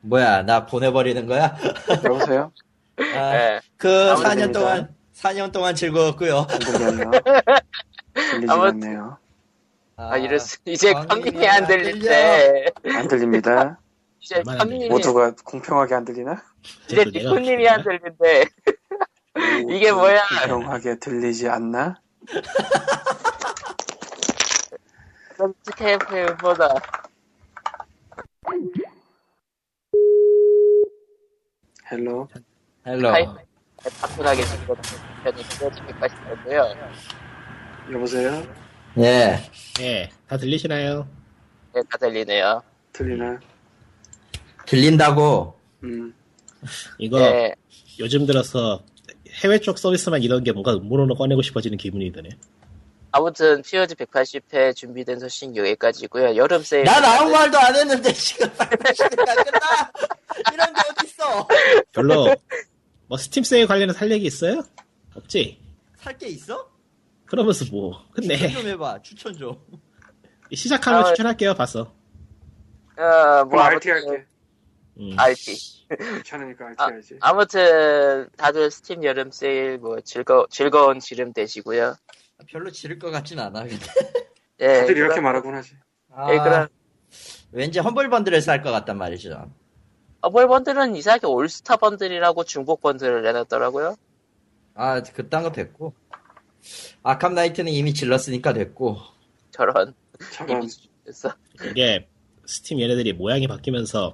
B: 뭐야, 나 보내버리는 거야?
D: 여보세요?
B: 아,
A: 예.
B: 그
A: 아무튼
B: 4년
D: 됩니다.
B: 동안, 4년 동안 즐거웠고요.
D: 들리네요. 들리지
A: 아무튼-
D: 않네요.
A: 아, 이럴 수, 이제
B: 광님이
A: 광님이 안
B: 안
A: 들린대.
D: 안 들립니다.
A: 이제
C: 얼마나 안
A: 광님이,
C: 들리냐?
D: 모두가 공평하게 안뭐 들리나?
A: 이제
C: 또 내가
A: 니코님이 안
C: 웃기냐?
A: 들린대. 이게 뭐야?
D: 공평하게 들리지 않나?
A: 스케프보다.
D: 헬로.
B: 헬로.
A: 하이. 바쁘하게 지금 편이 180회고요.
D: 여보세요?
B: 예.
C: 예, 다 들리시나요?
A: 네, 다 들리네요.
D: 들리나?
B: 들린다고.
D: 음.
C: 이거
A: 네,
C: 요즘 들어서 해외 쪽 서비스만 이런 게 뭔가 음모론을 꺼내고 싶어지는 기분이 드네.
A: 아무튼 POG 180회 준비된 소식 여기까지고요. 여름 세일.
B: 난 아무 말도 안 했는데 지금 빨리 시간 끝나. 이런 게 어딨어.
C: 별로 뭐 스팀 세일 관련해서 할 얘기 있어요? 없지?
B: 살 게 있어?
C: 그러면서 뭐
B: 추천
C: 근데
B: 좀 해봐. 추천 좀.
C: 시작하면
A: 아,
C: 추천할게요 봐서
A: 어,
D: 뭐
A: 뭐 아무튼
D: RT
A: 아,
D: 할게.
C: 음.
A: RT.
D: 귀찮으니까 RT 해야지.
A: 아무튼 다들 스팀 여름 세일 뭐 즐거 즐거운 지름 되시고요.
B: 아, 별로 지를 것 같진 않아. 근데.
A: 예.
D: 다들
A: 그럼-
D: 이렇게 말하곤 하지.
B: 아,
A: 예, 그럼
B: 왠지 험블 번들을 살 것 같단 말이죠.
A: 어벌 번들은 이상하게 올스타 번들이라고 중복 번들을 내놨더라고요.
B: 아, 그딴 거 됐고. 아캄 나이트는 이미 질렀으니까 됐고.
A: 저런.
D: 저런.
A: 그래서
C: 이게 스팀 얘네들이 모양이 바뀌면서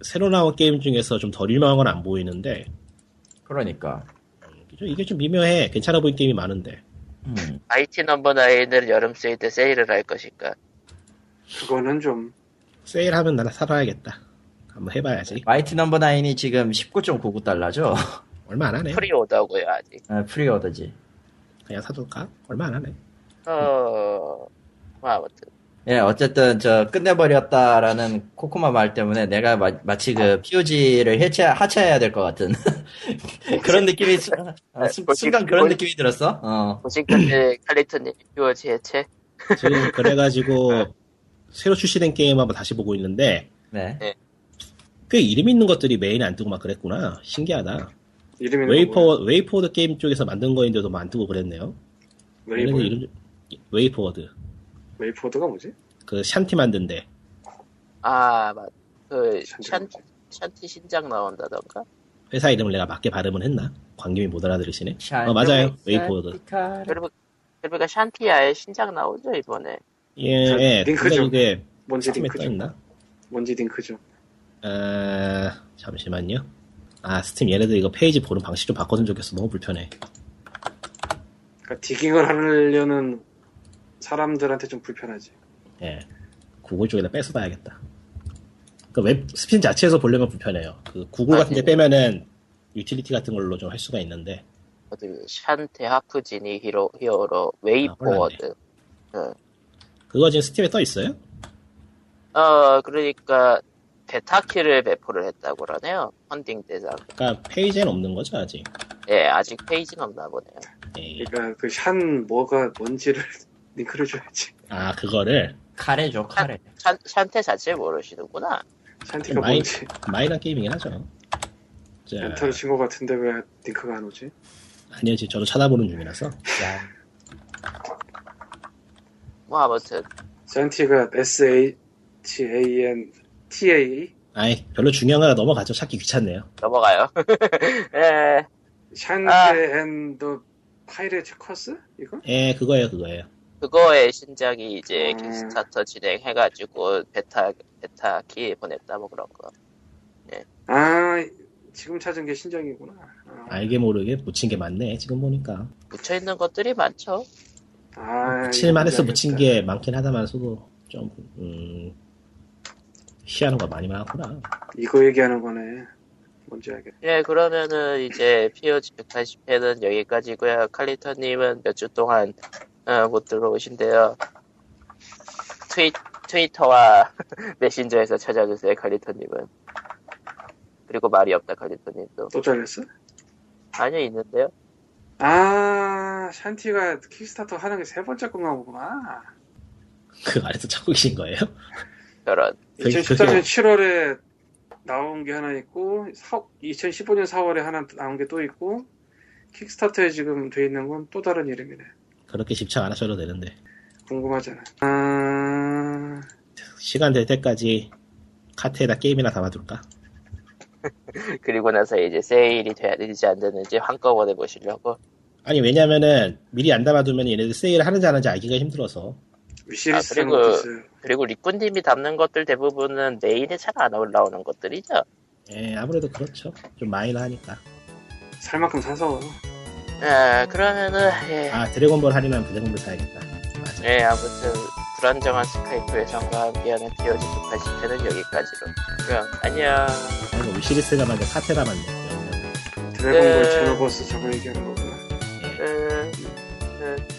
C: 새로 나온 게임 중에서 좀 덜 유명한 건 안 보이는데
B: 그러니까.
C: 좀- 이게 좀 미묘해 괜찮아 보이는 게임이 많은데
B: 음.
A: IT 넘버 나인을 여름 세일 때 세일을 할 것인가.
D: 그거는 좀
C: 세일하면 나 살아야겠다 한번 해봐야지
B: 마이티 넘버 나인이 지금 19.99달러죠? 네,
C: 얼마 안 하네
A: 프리오더고요 아직.
B: 프리오더지.
C: 그냥 사둘까? 얼마 안 하네
A: 어. 뭐 아무튼
B: 예, 어쨌든 저 끝내버렸다라는 코코마 말 때문에 내가 마, 치그 POG를 해체 하차해야 될 것 같은 그런 느낌이 수- 아, 순, 순간 그런 느낌이 들었어. 어,
A: 지금까지 칼리턴님 표지 해체.
C: 지금 그래가지고 새로 출시된 게임 한번 다시 보고 있는데
B: 네.
C: 꽤 이름 있는 것들이 메인에 안 뜨고 막 그랬구나 신기하다
D: 이름이
C: 웨이포, 웨이포드 게임 쪽에서 만든 거인데도 뭐 안 뜨고 그랬네요
D: 웨이포
C: 얘네들 이름 좀- 웨이포워드
D: 웨이포드가 뭐지?
C: 그 샨티 만든데
A: 아 맞. 그
D: 샨티가
A: 샨,
D: 뭐지?
A: 샨티 신작 나온다던가.
C: 회사 이름을 내가 맞게 발음을 했나? 광님이 못 알아들으시네.
B: 샤이니
C: 어, 맞아요. 네.
B: 웨이포드.
C: 웨이포워드.
A: 그리고 그러니까 샨티아의 신작 나오죠 이번에.
C: 예, 예. 근데
D: 링크죠.
C: 그게
D: 뭔지
C: 스팀에
D: 링크죠.
C: 떠있나?
D: 뭔지 링크죠.
C: 아, 잠시만요. 아, 스팀 얘네들 이거 페이지 보는 방식 좀 바꿔준 좋겠어. 너무 불편해.
D: 그러니까 디깅을 하려는 사람들한테 좀 불편하지.
C: 예. 구글 쪽에다 뺏어봐야겠다. 그 웹, 스팀 자체에서 보려면 불편해요. 그 구글
A: 아,
C: 같은 데
A: 네.
C: 빼면은 유틸리티 같은 걸로 좀 할 수가 있는데
A: 어디 그 샨테 하프 지니 히로 히어로
C: 아,
A: 웨이포워드
C: 그거 지금 스팀에 떠 있어요?
A: 어 그러니까 베타키를 배포를 했다고 그러네요 펀딩 대상
C: 그러니까 페이지엔 없는 거죠 아직.
A: 예 아직 페이지는 없나 보네요
C: 예.
D: 그러니까 그 샨 뭐가 뭔지를 링크를 줘야지.
C: 아 그거를
B: 카레죠 카레.
A: 샨, 샨테 자체 모르시는구나
D: 샨티가
C: 마이-
D: 뭔지
C: 마이너 게임이긴 하죠. 자,
D: 엔터를 친 것 같은데 왜 링크가 안 오지?
C: 아니요 지금 저도 찾아보는 중이라서.
B: 야,
A: 뭐 아무튼
D: 샨티가 S A T A N T A E?
C: 아이 별로 중요한 거라 넘어가죠. 찾기 귀찮네요.
A: 넘어가요 예 아.
D: 샨테 앤더 파이레츠 커스 이거?
C: 예 그거예요 그거예요.
A: 그거의 신작이 이제
D: 음.
A: 킥스타터 진행해가지고 베타 베타키 보냈다 뭐 그런 거
D: 아 지금 찾은 게 신작이구나. 아,
C: 알게 모르게 묻힌 게 많네 지금 보니까.
A: 묻혀 있는 것들이 많죠
D: 아,
C: 칠만해서 묻힌
D: 알겠다.
C: 게 많긴 하다만서도 좀 음, 희한한 거 많이 많구나.
D: 이거 얘기하는 거네. 뭔지 알겠다.
A: 예 그러면은 이제 POG 180회는 여기까지고요 칼리터님은 몇 주 동안 어, 못 들어오신데요 트위, 트위터와 메신저에서 찾아주세요 칼리터님은 그리고 말이 없다 칼리터님도
D: 또 잘렸어?
A: 아니요 있는데요
D: 아 샨티가 킥스타터 하는 게 세 번째 꿈나무구나.
C: 그 아래서 찾고 계신 거예요?
A: 저런
C: 그게-
D: 2014년
C: 그게-
D: 7월에 나온 게 하나 있고 2015년 4월에 하나 나온 게 또 있고 킥스타터에 지금 돼 있는 건 또 다른 이름이네.
C: 그렇게 집착 안 하셔도 되는데
D: 궁금하잖아. 아,
C: 시간 될 때까지 카트에다 게임이나 담아둘까?
A: 그리고 나서 이제 세일이 돼야 되지 안 되는지 한꺼번에 보시려고
C: 아니 왜냐면은 미리 안 담아두면 얘네들 세일을 하는지 안 하는지 알기가 힘들어서
D: 위시리스
A: 아, 그리고-
D: 노티스.
A: 그리고 리꾼님이 담는 것들 대부분은 메인에 잘 안 올라오는 것들이죠.
C: 예 아무래도 그렇죠 좀 마이너하니까
D: 살 만큼 사서
A: 예, 그러면은 예,
C: 아 드래곤볼 할인하면 드래곤볼 사야겠다 맞아
A: 예, 아무튼 불안정한 스카이프에선과 함께하는 피어지 180회는 여기까지로. 그럼 안녕.
C: 아이고 뭐 위시리스가 맞네 카트 담았네
D: 드래곤볼
A: 네.
D: 제노버스 저거 얘기하는 거구나.
A: 음, 음.